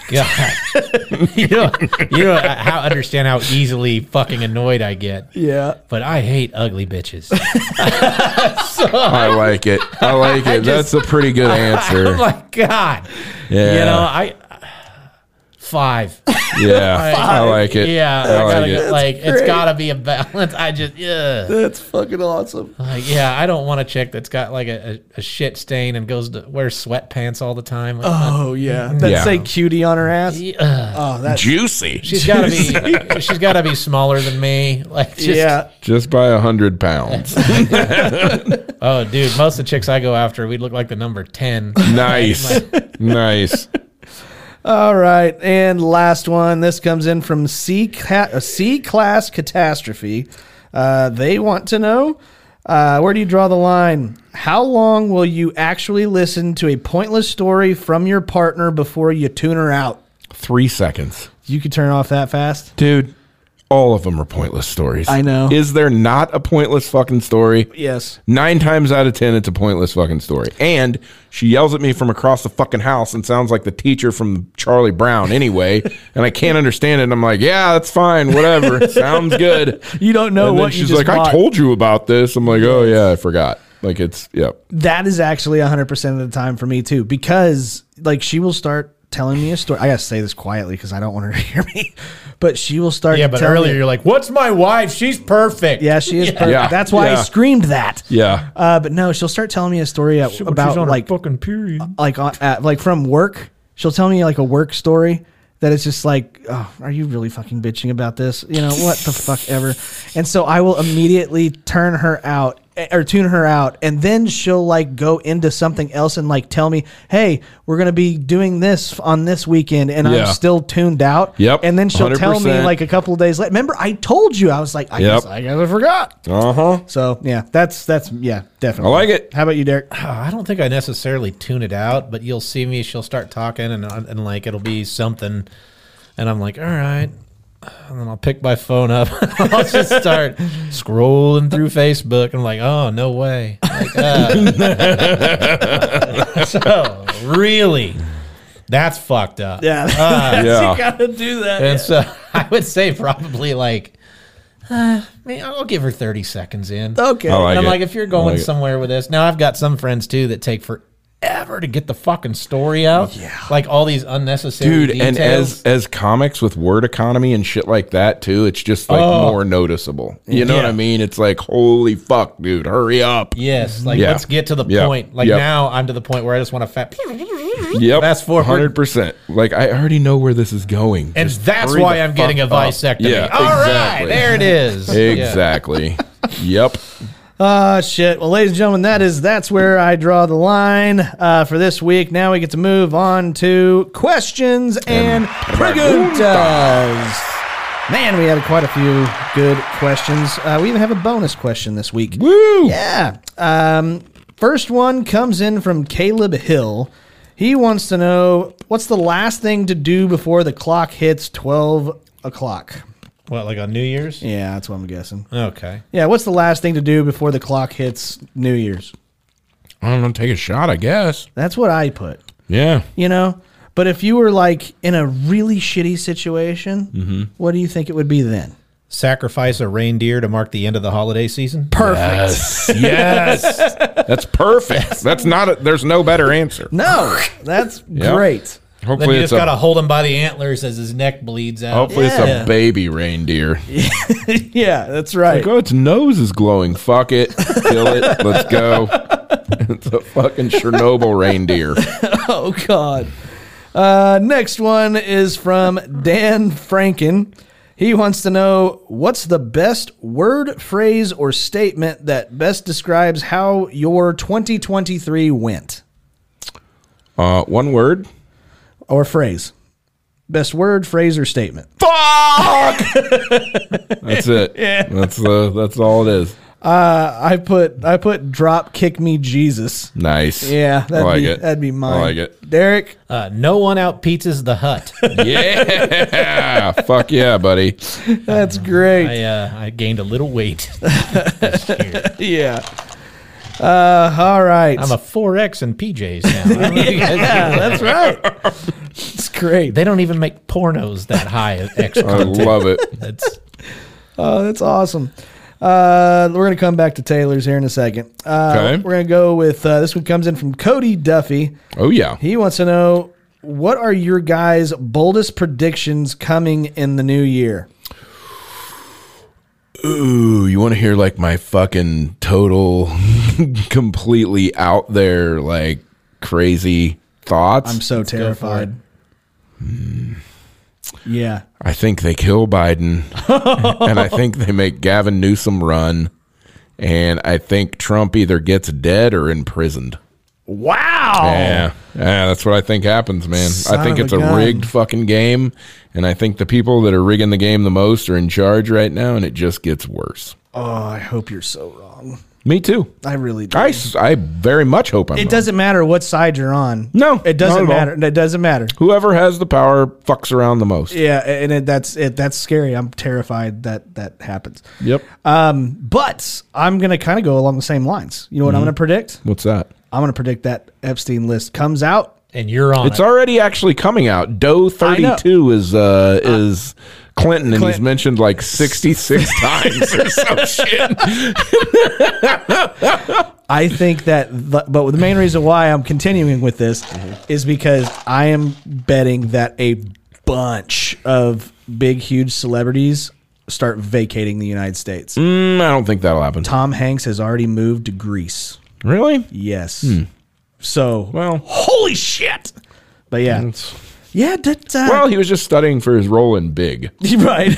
S4: God. you know, you know how understand how easily fucking annoyed I get.
S1: Yeah.
S4: But I hate ugly bitches.
S3: I like it. I like it. That's a pretty good answer.
S4: I'm like, Oh God.
S3: yeah.
S4: You know, I five.
S3: Yeah,
S4: Like,
S3: I like it.
S4: Yeah, I
S3: I like
S4: gotta
S3: it.
S4: go, like it's gotta be a balance. I just yeah,
S1: That's fucking awesome.
S4: like, yeah. I don't want a chick that's got like a, a, a shit stain and goes to wear sweatpants all the time. Like,
S1: Oh yeah. That
S3: Yeah.
S1: say cutie on her ass. Oh, that's
S3: Juicy.
S4: she's gotta be she's gotta be smaller than me. Like just,
S1: yeah.
S3: Just by a hundred pounds.
S4: Oh, dude, most of the chicks I go after, we look like the number ten.
S3: nice, nice.
S1: All right, and last one. This comes in from C Ca- a C class catastrophe. Uh, they want to know uh, where do you draw the line? How long will you actually listen to a pointless story from your partner before you tune her out?
S3: Three seconds,
S1: You could turn off that fast.
S3: dude. All of them are pointless stories.
S1: I know.
S3: Is there not a pointless fucking story?
S1: Yes.
S3: Nine times out of ten, it's a pointless fucking story. And she yells at me from across the fucking house and sounds like the teacher from Charlie Brown anyway. and I can't understand it. And I'm like, yeah, that's fine. Whatever. Sounds good.
S1: You don't know
S3: and then
S1: what you
S3: she's
S1: just
S3: like,
S1: bought.
S3: I told you about this. I'm like, oh, yeah, I forgot. Like, it's, yep.
S1: That is actually 100% of the time for me too because like she will start telling me a story. I got to say this quietly cuz I don't want her to hear me. But she will start
S4: Yeah, but
S1: telling me-
S4: earlier you're like, "What's my wife? She's perfect."
S1: Yeah, she is perfect.
S3: Yeah.
S1: That's why I
S3: Yeah.
S1: screamed that.
S3: Yeah.
S1: Uh, but no, she'll start telling me a story at, about like uh,
S4: fucking period.
S1: like on, at, like from work. She'll tell me like a work story that it's just like, oh, are you really fucking bitching about this? You know what the fuck ever. And so I will immediately turn her out eh, or tune her out, and then she'll like go into something else and like tell me, hey, we're gonna be doing this on this weekend, and
S3: Yeah.
S1: I'm still tuned out.
S3: Yep,
S1: And then she'll tell me
S3: 100%.
S1: like a couple of days later. Remember, I told you. I was like, I
S3: Yep.
S1: guess I guess I forgot.
S3: Uh huh.
S1: So yeah, that's that's yeah, definitely.
S3: I like it.
S1: How about you, Derek?
S4: I don't think I necessarily tune it out, but uh, you'll see me. She'll start talking, and and like it'll be something, and I'm like, "All right, and then I'll pick my phone up. I'll just start scrolling through Facebook. I'm like, oh no way! Like, uh, so really, that's fucked up.
S1: Yeah.
S3: Yeah.
S1: you gotta do that.
S4: And so I would say probably like, uh, I mean, I'll give her 30 seconds in.
S1: Okay.
S3: I like
S4: and I'm
S3: it.
S4: like, if you're
S3: I
S4: going
S3: like it.
S4: somewhere with this, now I've got some friends too that take forever to get the fucking story out. Yeah. Like all these unnecessary
S3: dude
S4: details.
S3: and as as comics with word economy and shit like that too it's just like
S4: Oh.
S3: more noticeable you know what
S4: Yeah.
S3: i mean it's like holy fuck dude hurry up
S4: yes, like
S3: Yeah.
S4: let's get to the
S3: Yeah.
S4: point. Like
S3: Yep.
S4: now I'm to the point where I just want to fat.
S3: yep
S4: Fast forward.
S3: 100% like i already know where this is going
S4: And
S3: Just
S4: that's
S3: hurry
S4: why
S3: the
S4: I'm getting a
S3: fuck up.
S4: vasectomy.
S3: yeah
S4: All right,
S3: exactly.
S4: there it is.
S3: exactly yep
S1: Ah, shit. Well, ladies and gentlemen, that is that's where I draw the line uh, for this week. Now we get to move on to questions and preguntas. Man, we had quite a few good questions. Uh, we even have a bonus question this week.
S3: woo
S1: Yeah. Um, first one comes in from Caleb Hill. He wants to know what's the last thing to do before the clock hits twelve o'clock.
S4: What, like on New Year's?
S1: Yeah, that's what I'm guessing.
S4: Okay.
S1: Yeah, what's the last thing to do before the clock hits New Year's?
S3: i don't know take a shot i guess
S1: That's what I put.
S3: yeah
S1: You know, but if you were like in a really shitty situation, what do you think it would be then?
S4: Sacrifice a reindeer to mark the end of the holiday season?
S1: Perfect.
S3: yes yes that's perfect that's not a, there's no better answer
S1: No, that's great.
S4: Then
S3: hopefully
S4: you
S3: it's
S4: just
S3: a Oh.
S4: got to hold him by the antlers as his neck bleeds out.
S3: hopefully
S1: Yeah.
S3: it's a baby reindeer
S1: Yeah, that's right.
S3: Like, oh, its nose is glowing. Fuck it. Kill it. Let's go. It's a fucking Chernobyl reindeer.
S1: Oh God. Uh, next one is from Dan Franken. He wants to know what's the best word, phrase, or statement that best descriibes how your 2023 went
S3: Uh, one word.
S1: or phrase. Best word, phrase, or statement.
S3: That's it. That's uh, that's all it is.
S1: I put I put drop kick me Jesus.
S3: Nice.
S1: Yeah,
S3: I
S1: that'd
S3: like
S1: be
S3: it.
S1: that'd be mine.
S3: I like it.
S1: Derek.
S4: Uh, no one out pizzas the hut.
S3: Yeah. Fuck yeah, buddy.
S1: That's great.
S4: I, uh, I gained a little weight. this year.
S1: yeah. Uh, all right.
S4: I'm a 4X in PJs now.
S1: yeah, that's right. It's great.
S4: they don't even make pornos that high of X.
S3: I love it.
S4: That's
S1: Oh, that's awesome. Uh, we're gonna come back to Taylor's here in a second. Uh,
S3: Okay.
S1: We're gonna go with uh, this one comes in from Cody Duffy.
S3: Oh yeah.
S1: He wants to know what are your guys' boldest predictions coming in the new year?
S3: Ooh, you want to hear like my fucking total, completely out there, like crazy thoughts?
S1: I'm so terrified.
S3: Hmm.
S1: Yeah,
S3: I think they kill Biden, and I think they make Gavin Newsom run, and I think Trump either gets dead or imprisoned. Wow. Yeah, yeah that's what I think happens, man.
S1: Son
S3: I think
S1: of
S3: it's
S1: a
S3: a,
S1: gun.
S3: rigged fucking game, and I think the people that are rigging the game the most are in charge right now, and it just gets worse.
S1: Oh, I hope you're so wrong.
S3: Me too.
S1: I really do.
S3: I, s- I very much hope I'm.
S1: it
S3: wrong.
S1: doesn't matter what side you're on.
S3: No,
S1: it
S3: not at
S1: doesn't
S3: all.
S1: matter. It doesn't matter.
S3: Whoever has the power fucks around the most.
S1: Yeah, and it, that's it. That's scary. I'm terrified that that happens.
S3: Yep.
S1: Uh, But I'm going to kind of go along the same lines. You know what
S3: Mm-hmm.
S1: I'm going to predict?
S3: What's that?
S1: I'm going to predict that Epstein list comes out.
S4: and you're on
S3: It's
S4: it.
S3: already actually coming out. Doe
S1: I know.
S3: 32 is uh, is Clinton, and he's
S1: Clint-
S3: mentioned like 66 times or some shit.
S1: I think that, the, but the main reason why I'm continuing with this is because I am betting that a bunch of big, huge celebrities start vacating the United States.
S3: Mm, I don't think that'll happen.
S1: Tom Hanks has already moved to Greece.
S3: Really?
S1: Yes. So,
S3: Well-
S1: holy shit. But yeah, yeah, that, uh,
S3: Mm. Well, he was just studying for his role in Big. He
S1: right.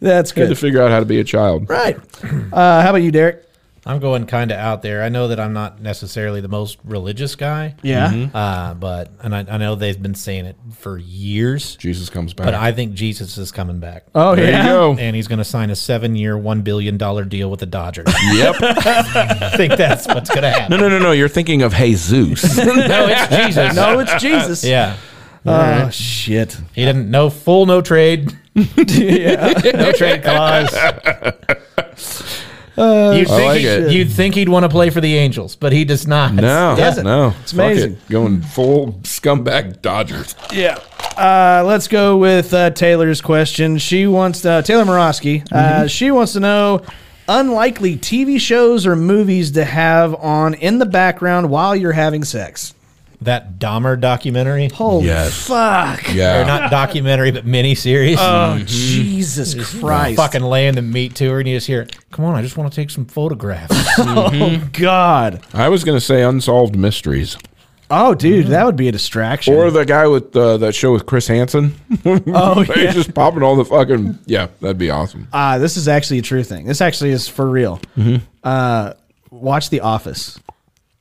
S1: That's
S3: had to
S1: good.
S3: figure out how to be a child.
S1: Right. Uh, how about you, Derek?
S4: I'm going kind of out there. I know that I'm not necessarily the most religious guy.
S1: Yeah.
S4: Uh, but and I, I know they've been saying it for years.
S3: Jesus comes back.
S4: But I think Jesus is coming back.
S1: Oh,
S3: there
S1: yeah.
S3: you go.
S4: And he's going to sign a seven-year, one billion dollar deal with the Dodgers.
S3: Yep.
S4: I think that's what's going to happen.
S3: No, no, no, no. You're thinking of Jesus.
S4: no, it's Jesus.
S1: No, it's Jesus.
S4: Yeah.
S1: Oh shit.
S4: He didn't know full no trade. yeah. No trade clause. you'd, think
S3: like
S4: he,
S3: it.
S4: you'd think he'd want to play for the Angels, but he does not.
S3: No,
S1: doesn't.
S3: no,
S1: It's
S3: Fuck it.
S1: amazing.
S3: Going full scumbag Dodgers.
S1: Yeah. Uh, let's go with uh, Taylor's question. She wants uh, Taylor Morosky. Uh, she wants to know unlikely TV shows or movies to have on in the background while you're having sex.
S4: That Dahmer documentary.
S1: Holy
S3: Yes.
S1: fuck!
S3: Yeah,
S4: Or not documentary, but miniseries. Mm.
S1: Oh Jesus Christ!
S4: Fucking laying the meat to her, and you just hear, "Come on, I just want to take some photographs."
S1: oh God!
S3: I was gonna say unsolved mysteries
S1: Oh dude, that would be a distraction.
S3: or the guy with uh, that show with Chris Hansen.
S1: oh
S3: He's
S1: yeah.
S3: just popping all the fucking yeah. That'd be awesome.
S1: Ah, this is actually a true thing. This actually is for real. Uh,
S3: Mm-hmm.
S1: watch The Office.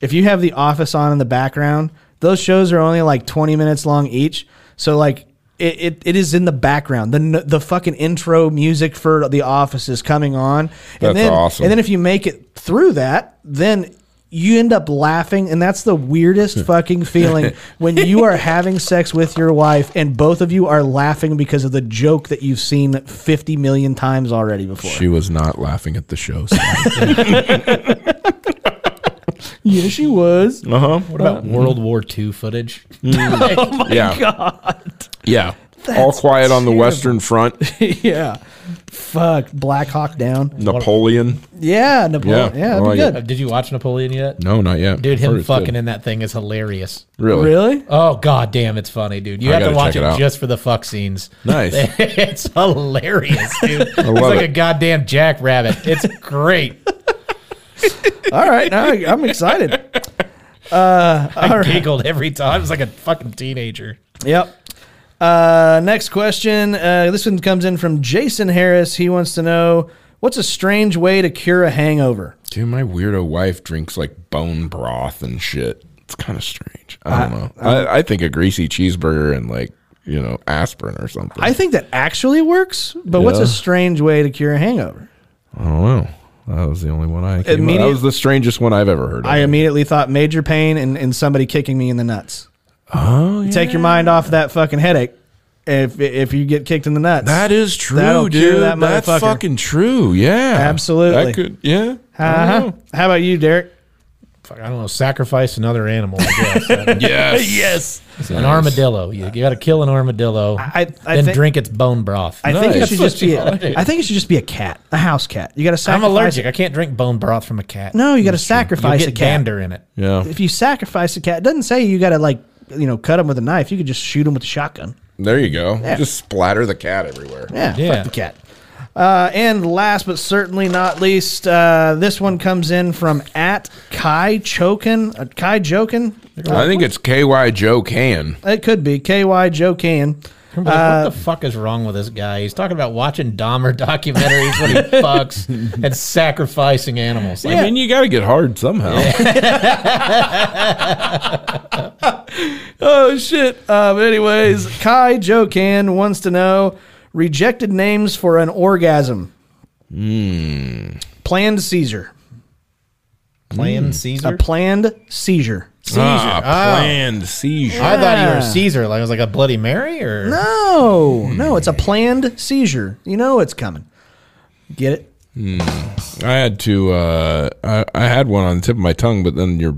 S1: If you have The Office on in the background, those shows are only like 20 minutes long each. So, like, it, it, it is in the background. The, n- the fucking intro music for The Office is coming on. And
S3: That's
S1: then,
S3: awesome.
S1: And then if you make it through that, then you end up laughing and that's the
S3: Hmm.
S1: weirdest fucking feeling when you are having sex with your wife and both of you are laughing because of the joke that you've seen 50 million times already before
S3: She was not laughing at the show. So.
S1: yeah she was
S3: uh huh.
S4: what about World War II footage?
S3: yeah. Yeah. all quiet on the
S1: terrible.
S3: Western Front.
S1: yeah fuck black hawk down
S3: Napoleon.
S1: yeah napoleon
S3: Yeah,
S1: yeah,
S3: Oh, I
S1: that'd be
S3: like it.
S1: good
S4: Uh, Did you watch Napoleon yet?
S3: No, not yet.
S4: Dude,
S3: Heard
S4: him
S3: it's
S4: fucking
S3: good.
S4: in that thing is hilarious.
S3: Really?
S1: really
S4: Oh god damn, it's funny, dude. You
S3: I
S4: have to
S3: gotta
S4: watch
S3: check
S4: it,
S3: it out.
S4: just for the fuck scenes.
S3: Nice.
S4: it's hilarious, dude. it's
S3: love
S4: like
S3: it.
S4: a goddamn jackrabbit. It's great.
S1: all right now I- i'm excited
S4: I giggled every time. I was like a fucking teenager.
S1: Yep. Uh, next question. Uh, this one comes in from Jason Harris. He wants to know what's a strange way to cure a hangover.
S3: Dude, my weirdo wife drinks like bone broth and shit. It's kind of strange. I don't know. I, I think a greasy cheeseburger and like, you know, aspirin or something.
S1: I think that actually works, but what's
S3: Yeah.
S1: a strange way to cure a hangover?
S3: I don't know. That was the only one I came
S1: Immediate-
S3: That was the strangest one I've ever heard of.
S1: I immediately thought major pain and, and somebody kicking me in the nuts. Oh, yeah. Take your mind off that fucking headache if if you get kicked in the nuts.
S3: that is true,
S1: That'll
S3: dude.
S1: cure that
S3: That's
S1: motherfucker.
S3: fucking true. Yeah.
S1: Absolutely.
S3: That could, yeah. Oh. I don't
S1: Uh-huh.
S3: know.
S1: How about you, Derek?
S4: Fuck, I don't know, sacrifice another animal, I guess.
S3: Yes. yes.
S4: an armadillo. You, you gotta kill an armadillo.
S1: I- I
S4: then
S1: think-
S4: drink its bone broth.
S1: I
S4: I,
S1: think it
S3: Nice.
S1: should
S3: That's
S1: just be. A,
S3: what you
S1: I think it should just be a cat, a house cat. You got to
S4: am
S1: sacrifice.
S4: allergic. I can't drink bone broth from a cat.
S1: No, you got to
S4: You'll
S1: sacrifice
S4: get
S1: a cat.
S4: dander in it.
S3: Yeah.
S1: if you sacrifice a cat, it doesn't say you got to like you know cut him with a knife. You could just shoot him with a shotgun.
S3: There you go. Just splatter the cat everywhere.
S1: Yeah,
S4: Yeah.
S1: fuck the cat. Uh, and last but certainly not least, uh, this one comes in from at Kai Chokin. Uh, Kai Jokin.
S3: I think it's KY Joe Can.
S1: It could be KY Joe Can.
S4: I'm like,
S1: Uh,
S4: what the fuck is wrong with this guy? He's talking about watching Dahmer documentaries when he fucks and sacrificing animals. Like,
S3: I mean, you got to get hard somehow.
S1: Oh shit. Uh, but anyways, Kai Joe Can wants to know rejected names for an orgasm. Planned seizure.
S4: Plan Caesar.
S1: Mm. A planned seizure.
S3: Ah, planned seizure.
S4: I thought you were Caesar. Like it was like a Bloody Mary or
S1: No, no, it's a planned seizure. You know it's coming. Get it?
S3: I had to. Uh, I, I had one on the tip of my tongue, but then your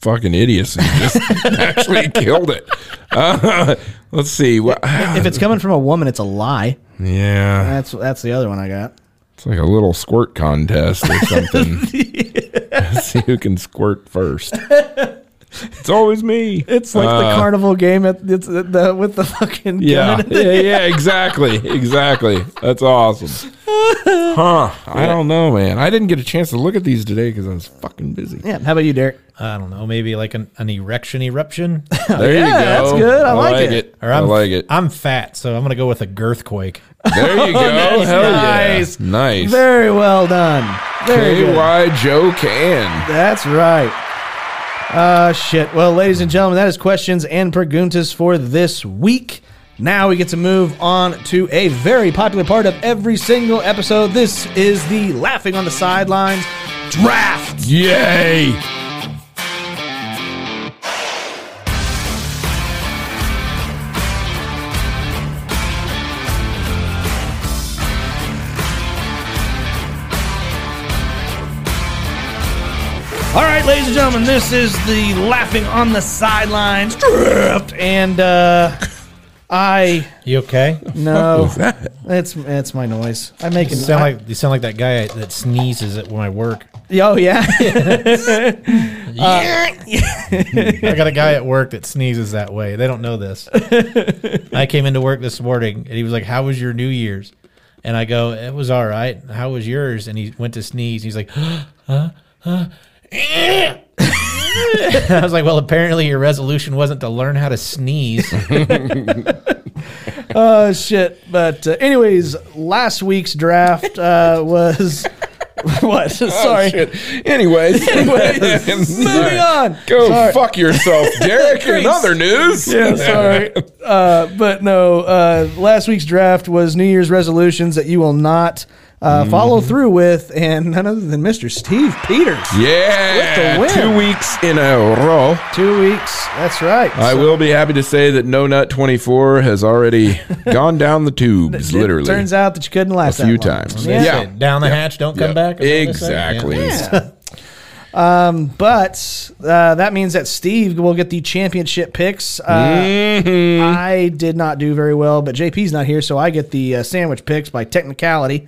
S3: fucking idiocy just actually killed it. Uh, let's see. What?
S1: If it's coming from a woman, it's a lie.
S3: Yeah,
S1: That's that's the other one I got.
S3: it's like a little squirt contest or something. see who can squirt first. It's always me.
S1: It's like the
S3: Uh,
S1: carnival game at it's the, the, with the fucking
S3: Yeah, yeah, yeah, exactly, exactly. That's awesome. Huh? I don't know, man. I didn't get a chance to look at these today because I was fucking busy.
S1: Yeah. How about you, Derek?
S4: I don't know, maybe like an, an erection eruption.
S3: There you go.
S1: that's good. I like it.
S4: Or
S3: I
S4: I'm,
S3: like it.
S4: I'm fat, so I'm gonna go with a girthquake.
S3: There you go. Hell
S1: Nice.
S3: yeah. Nice.
S1: Very well done. Very good.
S3: KY Joe can.
S1: That's right. Uh, shit. Well, ladies and gentlemen, that is questions and preguntas for this week. Now we get to move on to a very popular part of every single episode. This is the Laughing on the Sidelines draft.
S3: Yay.
S1: All right, ladies and gentlemen, this is the laughing on the sidelines draft, and uh, I
S4: You okay?
S1: no,
S3: that?
S1: it's it's my noise. I make
S4: You
S1: it
S4: sound like you sound like that guy that sneezes at my work.
S1: oh yeah,
S4: I got a guy at work that sneezes that way. They don't know this. I came into work this morning and he was like, "How was your New Year's?" And I go, "It was all right. How was yours?" And he went to sneeze. He's like, "Huh? Huh? Huh?" I was like, "Well, apparently your resolution wasn't to learn how to sneeze."
S1: oh shit. But uh, anyways, last week's draft uh, was what?
S3: Oh,
S1: Sorry.
S3: Anyways,
S1: Moving on.
S3: Go
S1: Sorry.
S3: fuck yourself, Derek. In other news,
S1: Yeah, sorry. Uh, but no, uh, last week's draft was New Year's resolutions that you will not uh,
S3: Mm-hmm.
S1: follow through with, and none other than Mr. Steve Peters.
S3: yeah,
S1: With the win.
S3: two weeks in a row.
S1: Two weeks. That's right.
S3: I will be happy to say that No Nut 24 has already gone down the tubes,
S1: It
S3: literally.
S1: Turns out that you couldn't last
S3: a few
S1: that long.
S3: times.
S1: Yeah.
S4: Down the hatch, don't come
S3: Yeah.
S4: back. is that what they say? Yeah.
S3: Exactly.
S1: But uh, that means that Steve will get the championship picks.
S3: Mm.
S1: Uh,
S3: Mm-hmm.
S1: I did not do very well, but JP's not here, so I get the uh, sandwich picks by technicality.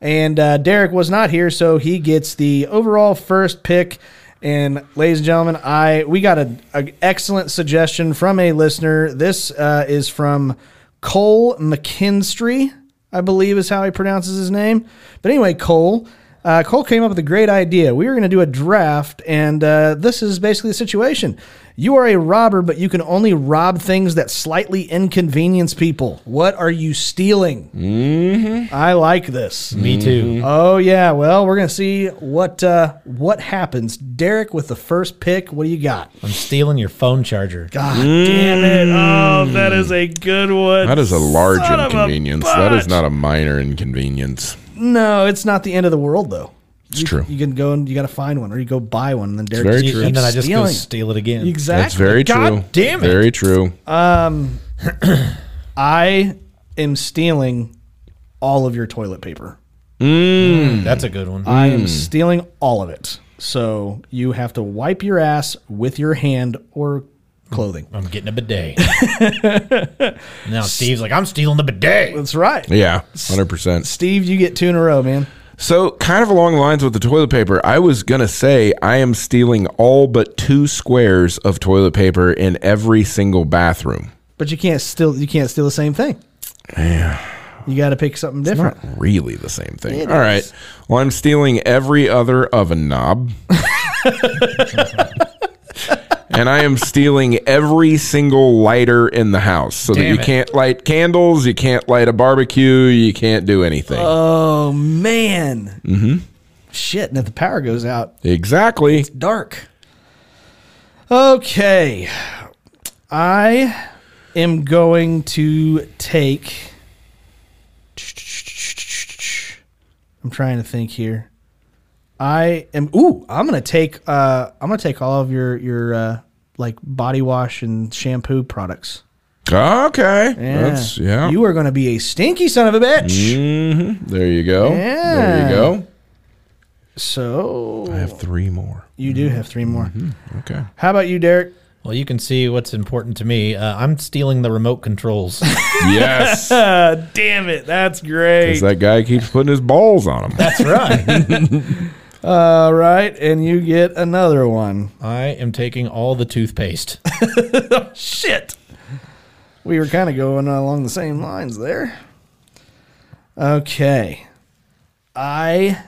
S1: And uh, Derek was not here, so he gets the overall first pick. And ladies and gentlemen, I we got an excellent suggestion from a listener. This uh, is from Cole McKinstry, I believe is how he pronounces his name. But anyway, Cole. Uh, Cole came up with a great idea. We were going to do a draft, and uh, this is basically the situation. You are a robber, but you can only rob things that slightly inconvenience people. What are you stealing? Mm-hmm. I like this.
S4: Me too.
S1: Oh yeah. Well, we're going to see what uh, what happens. Derek with the first pick. What do you got?
S4: I'm stealing your phone charger.
S1: God damn it! Oh, that is a good one.
S3: That is a large
S1: Son of a
S3: inconvenience. that is
S1: bitch.
S3: not a minor inconvenience.
S1: No, it's not the end of the world though.
S3: It's true.
S1: You can go and you got to find one, or you go buy one, and then Derek
S3: very
S1: just
S3: true.
S1: keeps
S4: And then I just
S1: stealing.
S4: go steal it again.
S1: Exactly.
S3: That's very
S1: God
S3: true.
S1: damn it. Uh,
S3: Very true.
S1: I am stealing all of your toilet paper.
S4: That's a good one.
S1: I
S3: Hmm.
S1: am stealing all of it. So you have to wipe your ass with your hand or clothing.
S3: Hmm.
S4: I'm getting a bidet. now Steve's like, I'm stealing the bidet.
S1: That's right.
S3: Yeah, 100%.
S1: Steve, you get two in a row, man.
S3: So, kind of along the lines with the toilet paper, I was going to say I am stealing all but two squares of toilet paper in every single bathroom.
S1: But you can't still you can't steal the same thing. You got to pick something different.
S3: Really the same thing. All right. Well, I'm stealing every other oven knob. and I am stealing every single lighter in the house so that
S4: Damn
S3: you
S4: it.
S3: can't light candles, you can't light a barbecue, you can't do anything.
S1: Oh man. Mm-hmm. Shit, and if the power goes out,
S3: exactly.
S1: dark. Okay. I am going to take. I'm trying to think here. I am. Ooh, I'm gonna take. Uh, I'm gonna take all of your your uh, like body wash and shampoo products.
S3: Okay. That's yeah. Mm-hmm.
S1: You are gonna be a stinky son of a bitch.
S3: there you go. There
S1: Yeah.
S3: you go. I
S1: So
S3: have Mm-hmm. three more.
S1: you do have three more.
S3: Okay.
S1: How about you, Derek?
S4: Well, you can see what's important to me. Uh, I'm stealing the remote controls.
S3: Yes.
S1: Uh, damn it, that's great.
S3: 'Cause that guy keeps putting his balls on him.
S4: That's right.
S1: All right, and you get another one.
S4: I am taking all the toothpaste.
S1: Shit. We were kind of going along the same lines there. Okay. I.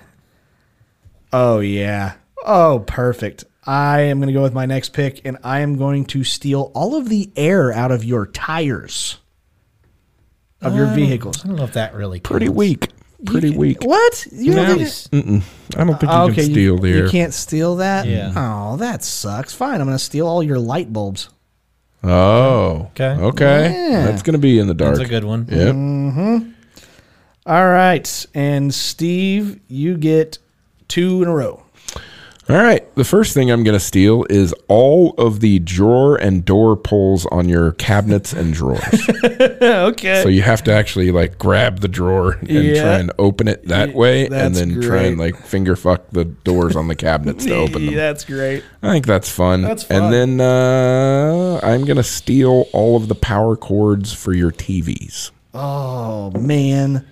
S1: Oh, yeah. Oh, perfect. I am going to go with my next pick, and I am going to steal all of the air out of your tires of your vehicles.
S4: I don't know if that really
S3: Pretty
S4: counts.
S3: weak. Pretty weak.
S1: What? You don't think-
S4: Nice.
S3: I don't think you
S1: okay,
S3: can steal
S1: you,
S3: there.
S1: you can't steal that?
S4: Yeah.
S1: Oh, that sucks. Fine. I'm going to steal all your light bulbs.
S3: Oh.
S4: Okay.
S3: Okay.
S1: Yeah.
S3: That's gonna be in the dark.
S4: That's a good one.
S3: Yep.
S1: All right. And Steve, you get two in a row.
S3: All right. The first thing I'm going to steal is all of the drawer and door pulls on your cabinets and drawers.
S1: okay.
S3: so you have to actually like grab the drawer and
S1: Yeah.
S3: try and open it that way
S1: that's
S3: and then try
S1: great.
S3: and like finger fuck the doors on the cabinets to open them.
S1: That's great.
S3: I think that's fun.
S1: That's fun.
S3: And then uh, I'm going to steal all of the power cords for your TVs.
S1: Oh man,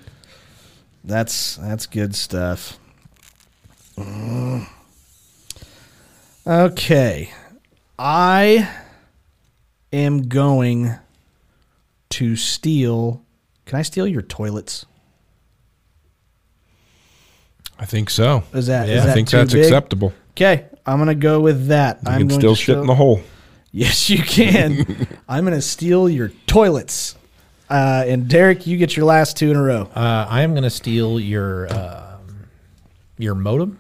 S1: that's that's good stuff. Mm. Okay, I am going to steal. Can I steal your toilets?
S3: I think so.
S1: Is that is
S4: Yeah. I
S3: I
S1: that
S3: think
S1: too
S3: that's
S1: big?
S3: acceptable.
S1: Okay, I'm gonna go with that.
S3: You
S1: I'm
S3: can
S1: going
S3: still
S1: to
S3: shit
S1: steal-
S3: in the hole.
S1: Yes, you can. I'm gonna steal your toilets. Uh, and Derek, you get your last two in a row.
S4: Uh, I am going to steal your um, your modem.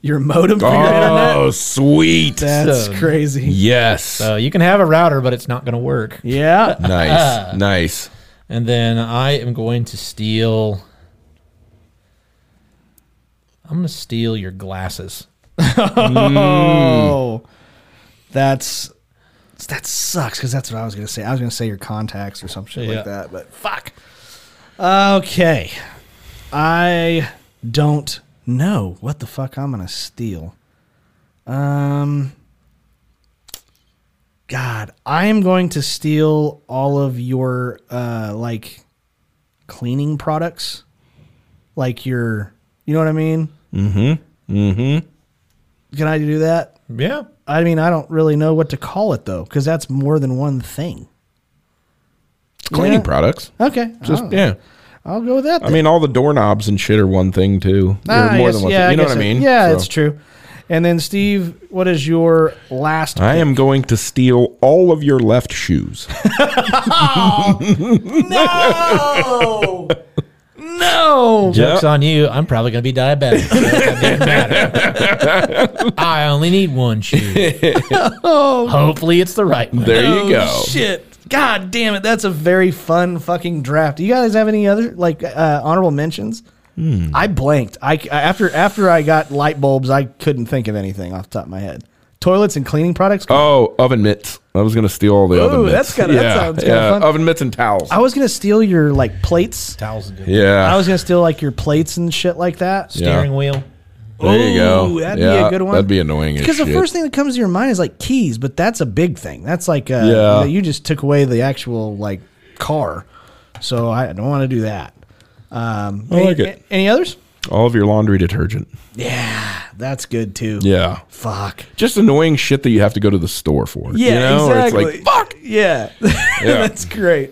S1: Your modem for your internet.
S3: Oh, sweet.
S1: That's
S4: So-
S1: crazy.
S3: Yes.
S4: So Uh, you can have a router, but it's not going to work.
S1: Yeah.
S3: nice. nice.
S4: And then I am going to steal. I'm going to steal your glasses.
S1: Oh, that's that sucks because that's what I was gonna say. I was gonna say your contacts or some shit
S4: Yeah.
S1: like that, but fuck. Okay, I don't know what the fuck I'm gonna steal. Um, God, I am going to steal all of your uh like cleaning products, like your, you know what I mean? Mm-hmm. Mm-hmm. Can I do that?
S4: Yeah.
S1: I mean, I don't really know what to call it though, because that's more than one thing.
S3: Cleaning
S1: Yeah.
S3: products.
S1: Okay,
S3: Just
S1: I'll,
S3: yeah.
S1: I'll go with that.
S3: I mean, all the doorknobs and shit are one thing too.
S1: Ah,
S3: They're
S1: yes,
S3: one
S1: yeah,
S3: thing. You know
S1: guess
S3: what I
S1: it-
S3: mean?
S1: Yeah,
S3: So,
S1: it's true. And then Steve, what is your last?
S3: I am going to steal all of your left shoes.
S1: no, no.
S4: Joke's on you. I'm probably going to be diabetic. so it doesn't matter. I only need one shoe. Hopefully, it's the right one.
S3: There you go.
S1: Oh, Shit. God damn it. That's a very fun fucking draft. Do you guys have any other like uh, honorable mentions?
S3: Hmm.
S1: I blanked. I uh, after after I got light bulbs, I couldn't think of anything off the top of my head. Toilets and cleaning products.
S3: Oh, oven mitts. I was going to steal all the oven
S1: Ooh,
S3: mitts.
S1: that's kinda- that sounds kinda fun.
S3: Oven mitts and towels.
S1: I was gonna steal your like plates.
S4: Towels and
S3: yeah.
S1: I was gonna steal like your plates and shit like that.
S4: steering wheel.
S3: there you go.
S1: Ooh, that'd be
S3: yeah,
S1: a good one.
S3: That'd be annoying as
S1: Because the
S3: shit.
S1: first thing that comes to your mind is like keys, but that's a big thing. That's like uh,
S3: Yeah.
S1: you just took away the actual like car, so I don't want to do that. Um,
S3: I like
S1: any,
S3: it.
S1: Any others?
S3: all of your laundry detergent.
S1: Yeah, that's good too.
S3: Yeah.
S1: Fuck.
S3: Just annoying shit that you have to go to the store for. you know? Or It's like,
S1: fuck. Yeah. That's great.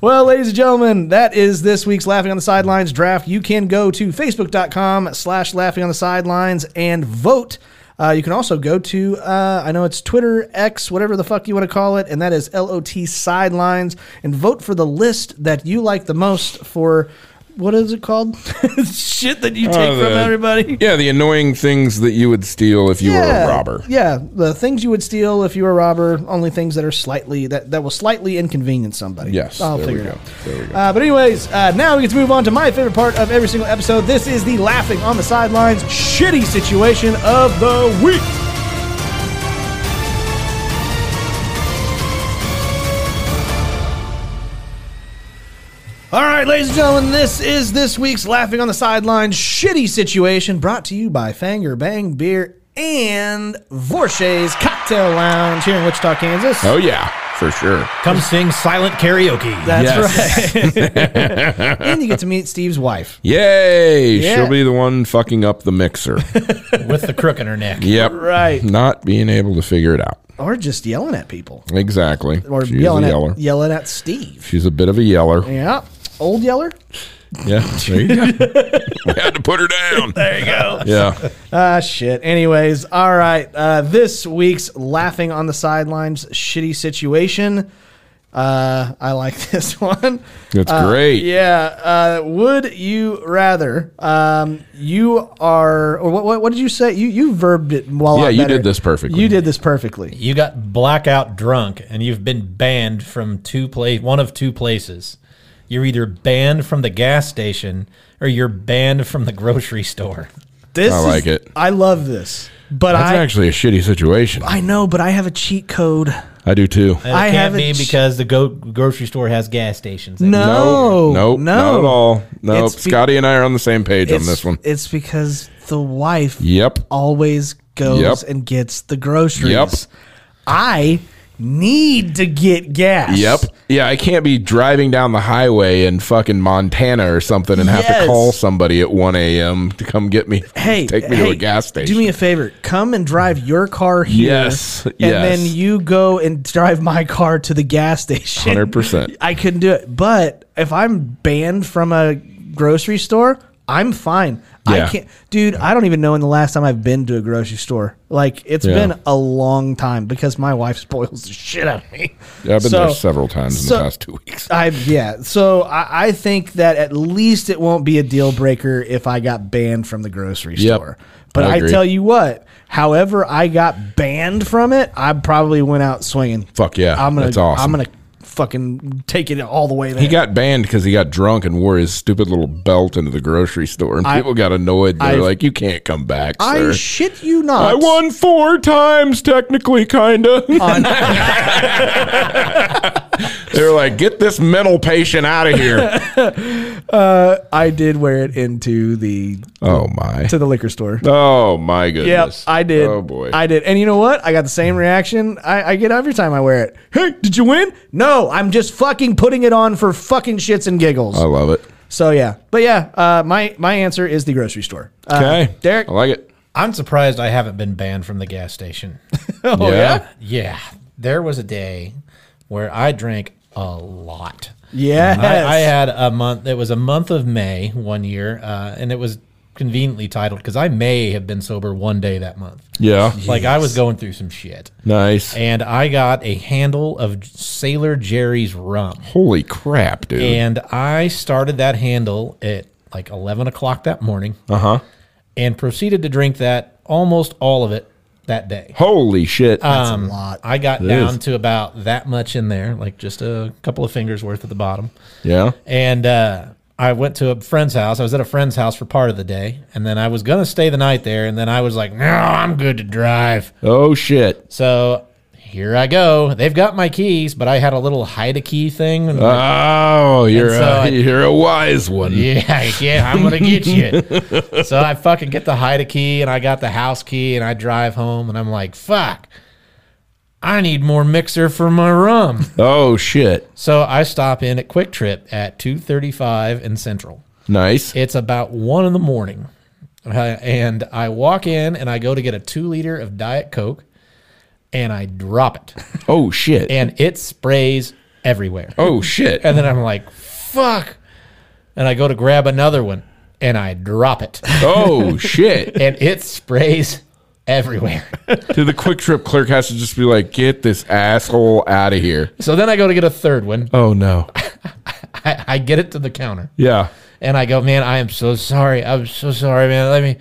S1: Well, ladies and gentlemen, that is this week's Laughing on the Sidelines draft. You can go to facebook.com slash laughing on the sidelines and vote. Uh, you can also go to, uh, I know it's Twitter, X, whatever the fuck you want to call it, and that is LOT Sidelines, and vote for the list that you like the most for, what is it called? Shit that you take
S3: Oh,
S1: from
S3: the-
S1: everybody.
S3: Yeah, the annoying things that you would steal if you were a robber.
S1: Yeah, the things you would steal if you were a robber, only things that are slightly that, that will slightly inconvenience somebody.
S3: Yes,
S1: I'll
S3: there we
S1: figure it
S3: go.
S1: out.
S3: There we go.
S1: Uh, but anyways, uh, now we get to move on to my favorite part of every single episode. This is the laughing on the sidelines shitty situation of the week. All right, ladies and gentlemen, this is this week's Laughing on the Sidelines shitty situation brought to you by Fanger Bang Beer and Vorshay's Cocktail Lounge here in Wichita, Kansas.
S3: Oh yeah, for sure.
S4: Come sing silent karaoke.
S1: That's
S3: Yes.
S1: right. and you get to meet Steve's wife.
S3: Yay!
S1: Yeah.
S3: She'll be the one fucking up the mixer.
S4: with the crook in her neck.
S3: yep.
S1: Right.
S3: Not being able to figure it out.
S1: Or just yelling at people.
S3: Exactly.
S1: Or
S3: She's
S1: yelling
S3: a
S1: at
S3: yeller.
S1: yelling at Steve.
S3: She's a bit of a yeller. Yeah.
S1: Yeah. Old yeller.
S3: There you go. we had to put her down. There you go. Yeah.
S1: Ah, shit. Anyways, all right. Uh, this week's Laughing on the Sidelines shitty situation. Uh, I like this one. Uh,
S3: That's great.
S1: Yeah. Uh, would you rather? Um, you are, or what, what? What did you say? You you verbed it well.
S3: Yeah, you did this perfectly.
S1: You did this perfectly.
S4: You got blackout drunk and you've been banned from two place one of two places. You're either banned from the gas station or you're banned from the grocery store.
S1: This
S3: I
S1: is-
S3: like it.
S1: I love this. But
S3: That's
S1: I,
S3: actually a shitty situation. I,
S1: I know, but I have a cheat code.
S3: do too.
S4: And it
S1: I
S4: can't
S1: have a
S4: be
S1: ch-
S4: because the go- grocery store has gas stations.
S1: No,
S3: nope,
S1: no,
S3: not at all. Nope.
S1: It's be-
S3: Scotty and I are on the same page on
S1: It's-
S3: this one.
S1: It's because the wife
S3: Yep.
S1: always goes
S3: Yep.
S1: and gets the groceries.
S3: Yep.
S1: I need to get gas.
S3: Yep. Yeah, I can't be driving down the highway in fucking Montana or something and have
S1: Yes.
S3: to call somebody at 1 a.m. to come get me.
S1: Hey,
S3: take me to
S1: hey,
S3: a gas station.
S1: Do me a favor. Come and drive your car here.
S3: Yes,
S1: And
S3: yes.
S1: then you go and drive my car to the gas station.
S3: 100%.
S1: I couldn't do it. But if I'm banned from a grocery store, I'm fine. I
S3: Yeah.
S1: can't, dude. I don't even know when the last time I've been to a grocery store. Like it's
S3: Yeah.
S1: been a long time because my wife spoils the shit out of me.
S3: Yeah, I've been
S1: So-
S3: there several times in
S1: so-
S3: the past two weeks.
S1: I yeah. So I, I think that at least it won't be a deal breaker if I got banned from the grocery
S3: Yep.
S1: store. But
S3: I
S1: I,
S3: agree.
S1: tell you what, however I got banned from it, I probably went out swinging.
S3: Fuck yeah.
S1: I'm gonna.
S3: That's awesome.
S1: I'm gonna fucking take it all the way there.
S3: he got banned because he got drunk and wore his stupid little belt into the grocery store, and
S1: I-
S3: people got annoyed.
S1: I-
S3: They're like, "You can't come back,
S1: I
S3: sir."
S1: shit you not.
S3: I won four times, technically, kinda. They're like, "Get this mental patient out of here!"
S1: Uh, I did wear it into the
S3: oh my!
S1: to the liquor store.
S3: Oh my
S1: Yep,
S3: goodness!
S1: I did.
S3: Oh boy!
S1: I did. And you know what? I got the same reaction I, I get every time I wear it. Hey, did you win? No, I'm just fucking putting it on for fucking shits and giggles.
S3: I love it.
S1: So yeah, but yeah, uh, my my answer is the grocery store. Uh,
S3: Okay,
S1: Derek.
S3: I like it.
S4: I'm surprised I haven't been banned from the gas station.
S3: Oh yeah.
S4: yeah, there was a day where I drank a lot.
S1: Yes.
S4: I, I had a month. It was a month of May one year, uh, and it was conveniently titled because I may have been sober one day that month.
S3: yeah,
S4: Like I was going through some shit,
S3: Nice.
S4: and I got a handle of Sailor Jerry's rum,
S3: Holy crap, dude!
S4: and I started that handle at like eleven o'clock that morning,
S3: uh huh.
S4: and proceeded to drink that almost all of it that day.
S3: Holy shit!
S4: Um, I got down to about that much in there, like just a couple of fingers worth at the bottom.
S3: yeah.
S4: And uh, I went to a friend's house. I was at a friend's house for part of the day, and then I was gonna stay the night there. And then I was like, "No, I'm good to drive."
S3: Oh shit!
S4: So here I go. They've got my keys, but I had a little hide a key thing.
S3: Uh.
S4: And
S3: Oh, you're
S4: And so
S3: a,
S4: I-
S3: you're a wise one.
S4: yeah, yeah, I'm gonna get you. so I fucking get the hide a key, and I got the house key, and I drive home, and I'm like, "Fuck." I need more mixer for my rum.
S3: Oh shit!
S4: So I stop in at Quick Trip at 235 in Central.
S3: Nice.
S4: It's about one in the morning. Uh, And I walk in and I go to get a two liter of Diet Coke and I drop it.
S3: oh shit!
S4: And it sprays everywhere.
S3: oh shit!
S4: And then I'm like, fuck. And I go to grab another one and I drop it.
S3: oh shit!
S4: and it sprays everywhere.
S3: to the quick trip clerk has to just be like, get this asshole out of here.
S4: So then I go to get a third one.
S3: Oh no.
S4: I, I get it to the counter.
S3: Yeah.
S4: And I go, man, I am so sorry. I'm so sorry, man. Let me,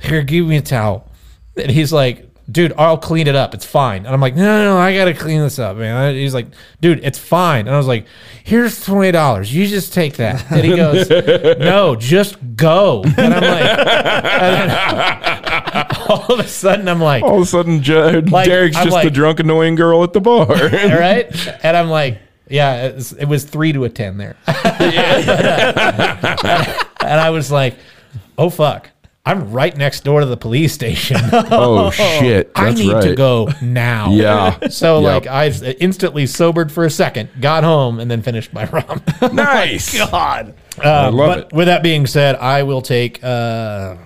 S4: here, give me a towel. And he's like, dude, I'll clean it up. It's fine. And I'm like, no, no, no, I got to clean this up, man. I- He's like, dude, it's fine. And I was like, here's $20. You just take that. And he goes, no, just go. And I'm like, and then all of a sudden, I'm like,
S3: All of a sudden, J-
S4: Like,
S3: Derek's
S4: I'm
S3: just the
S4: like-
S3: drunk, annoying girl at the
S4: all
S3: bar.
S4: right. And I'm like, yeah, it was, it was three to a 10 there. and I was like, oh, fuck. I'm right next door to the police station.
S3: oh shit!
S4: I
S3: That's
S4: need
S3: right.
S4: to go now.
S3: Yeah.
S4: So,
S3: Yep.
S4: like, I instantly sobered for a second, got home, and then finished my rum.
S3: Nice.
S4: Oh,
S1: God.
S3: I love
S4: Uh, but
S3: it.
S4: with that being said, I will take, uh,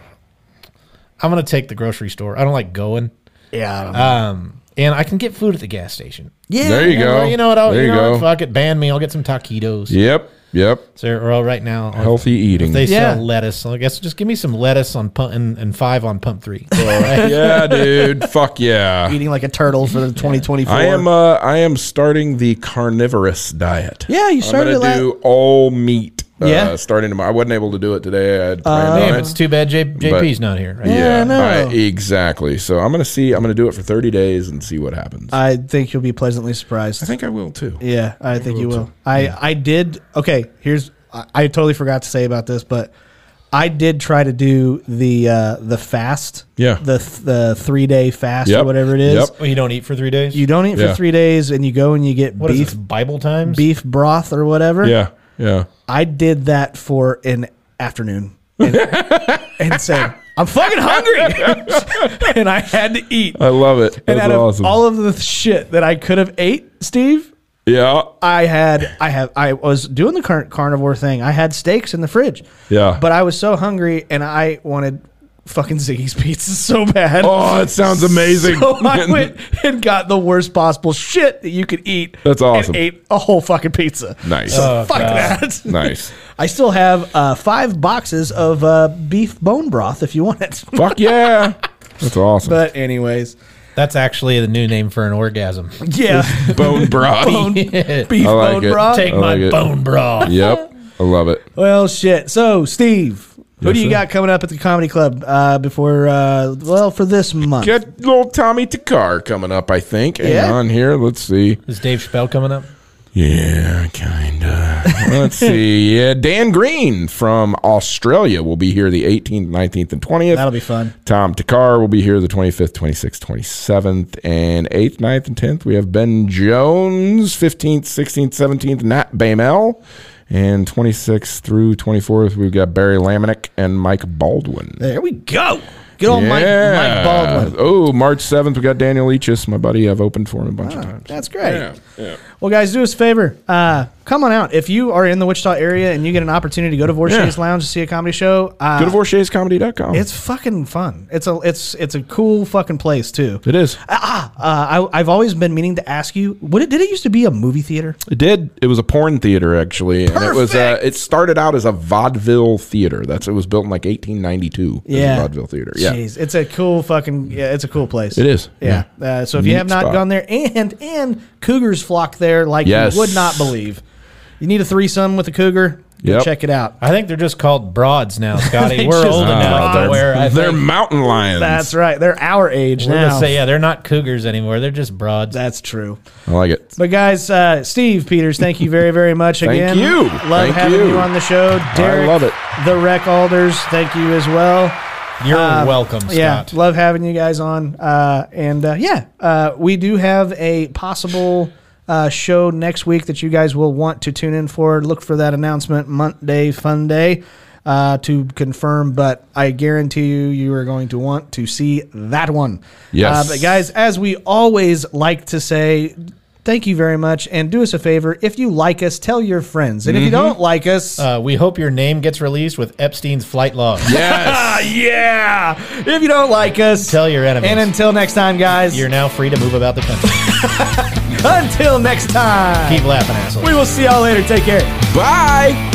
S4: I'm going to take the grocery store. I don't like going.
S1: Yeah. I don't know.
S4: Um, and I can get food at the gas station.
S1: yeah.
S3: Ah, There you
S4: Yeah,
S3: go.
S4: well, You know what? I'll,
S3: there
S4: you
S3: you,
S4: know
S3: go.
S4: What, fuck it. Ban me. I'll get some taquitos.
S3: Yep. Yep.
S4: So, well, uh, right now, I'll-
S3: Healthy eating.
S4: they
S1: Yeah.
S4: sell lettuce. So I guess just give me some lettuce on pump and, and five on pump three.
S3: yeah, dude. Fuck yeah.
S1: Eating like a turtle for the 2024.
S3: I am. Uh, I am starting the carnivorous diet.
S1: Yeah, you started
S3: I'm
S1: it la-
S3: gonna do all meat. Uh,
S1: Yeah.
S3: Starting tomorrow. I wasn't able to do it today. I had planned on
S4: Uh, Damn,
S3: it.
S4: it's too bad J, JP's not here. Right?
S3: Yeah,
S1: I know.
S3: I- exactly. So I'm gonna see. I'm gonna do it for 30 days and see what happens.
S1: I think you'll be pleasantly surprised.
S3: I think I will too.
S1: Yeah, I think you will. I I did. Okay, here's I, I totally forgot to say about this, but I did try to do the uh, the fast,
S3: Yeah.
S1: the th- the three day fast or
S3: Yep.
S1: whatever it is.
S3: Yep.
S4: Well, you don't eat for three days.
S1: You don't eat
S3: Yeah.
S1: for three days, and you go and you get
S4: What is
S1: beef
S4: this, Bible times?
S1: beef broth or whatever.
S3: Yeah. Yeah.
S1: I did that for an afternoon and, and said, I'm fucking hungry. and I had to eat.
S3: I love it.
S1: and
S3: That's
S1: out of
S3: awesome.
S1: all of the shit that I could have ate, Steve,
S3: yeah.
S1: I had, I have, I was doing the current carnivore thing. I had steaks in the fridge.
S3: Yeah.
S1: But I was so hungry and I wanted fucking Ziggy's pizza so bad.
S3: Oh, it sounds amazing.
S1: So I went and got the worst possible shit that you could eat.
S3: That's awesome.
S1: And ate a whole fucking pizza.
S3: Nice.
S1: So
S4: Oh,
S1: fuck that.
S3: nice.
S1: I still have uh, five boxes of uh, beef bone broth if you want it.
S3: Fuck yeah. That's awesome.
S1: but anyways,
S4: That's actually the new name for an orgasm.
S1: yeah,
S3: Bone broth.
S1: beef
S3: I like
S1: bone
S3: it.
S1: broth.
S4: Take
S3: I
S4: my
S3: like it.
S4: bone broth.
S3: Yep. I love it.
S1: Well, shit. So, Steve, who
S3: Yes,
S1: do you
S3: sir.
S1: got coming up at the comedy club uh, before? Uh, well, for this month,
S3: Got little Tommy Takar coming up, I think. Hang
S1: Yeah?
S3: on here. Let's see.
S4: Is Dave Chappelle coming up?
S3: Yeah, kinda. Let's see. Yeah, Dan Green from Australia will be here the 18th, 19th, and 20th.
S1: that'll be fun.
S3: Tom Takar will be here the 25th, 26th, 27th, and 8th, 9th, and 10th. We have Ben Jones, 15th, 16th, 17th, Nat Baymel. And 26th through 24th, we've got Barry Lamanick and Mike Baldwin.
S1: There we go. Good old Oh, Mike, Mike Baldwin.
S3: Oh, March 7th, we got Daniel Leachis, my buddy. I've opened for him a bunch
S1: Ah.
S3: of times.
S1: That's great. Well, guys, do us a favor. Uh, come on out. If you are in the Wichita area and you get an opportunity to go to Vorshees
S3: Yeah.
S1: Lounge to see a comedy show, uh,
S3: Go to VorchesComedy.com.
S1: It's fucking fun. It's a it's it's a cool fucking place too.
S3: It is.
S1: Uh, I, I've always been meaning to ask you, what it, did it used to be a movie theater?
S3: It did. It was a porn theater actually, and it was. Uh, it started out as a vaudeville theater. That's it was built in like 1892. as a vaudeville theater. Yeah,
S1: Jeez, it's a cool fucking yeah, it's a cool place.
S3: It is,
S1: Yeah. Uh, so if you
S3: Neat
S1: have not
S3: spot.
S1: gone there, and and cougars flock there like
S3: Yes.
S1: you would not believe. You need a threesome with a cougar. Go
S3: Yep.
S1: check it out.
S4: I think they're just called broads now, Scotty.
S1: They
S4: We're
S1: just-
S4: old
S1: Ah,
S4: enough
S1: they're-
S4: to where I
S3: they're
S4: think
S3: mountain lions.
S1: That's right. They're our age
S4: we're
S1: now.
S4: gonna say yeah, they're not cougars anymore. They're just broads.
S1: That's true.
S3: I like it.
S1: But guys, uh, Steve Peters, thank you very, very much
S3: Thank
S1: again.
S3: you.
S1: Love
S3: Thank
S1: having you.
S3: you.
S1: on the show. Derek,
S3: love it.
S1: The Rec Alders, thank you as well.
S4: You're
S1: Uh,
S4: welcome, Scott.
S1: Yeah, love having you guys on. Uh, and uh, yeah, uh, we do have a possible uh, show next week that you guys will want to tune in for. Look for that announcement Monday Fun Day uh, to confirm, but I guarantee you, you are going to want to see that one.
S3: Yes.
S1: Uh, but guys, as we always like to say, thank you very much, and do us a favor if you like us, tell your friends, and if you don't like us.
S4: Uh, we hope your name gets released with Epstein's flight log.
S3: Yes.
S1: yeah! If you don't like us,
S4: Tell your enemies.
S1: And until next time, guys.
S4: You're now free to move about the country.
S1: Until next time.
S4: Keep laughing, asshole.
S1: We will see y'all later. Take care.
S3: Bye.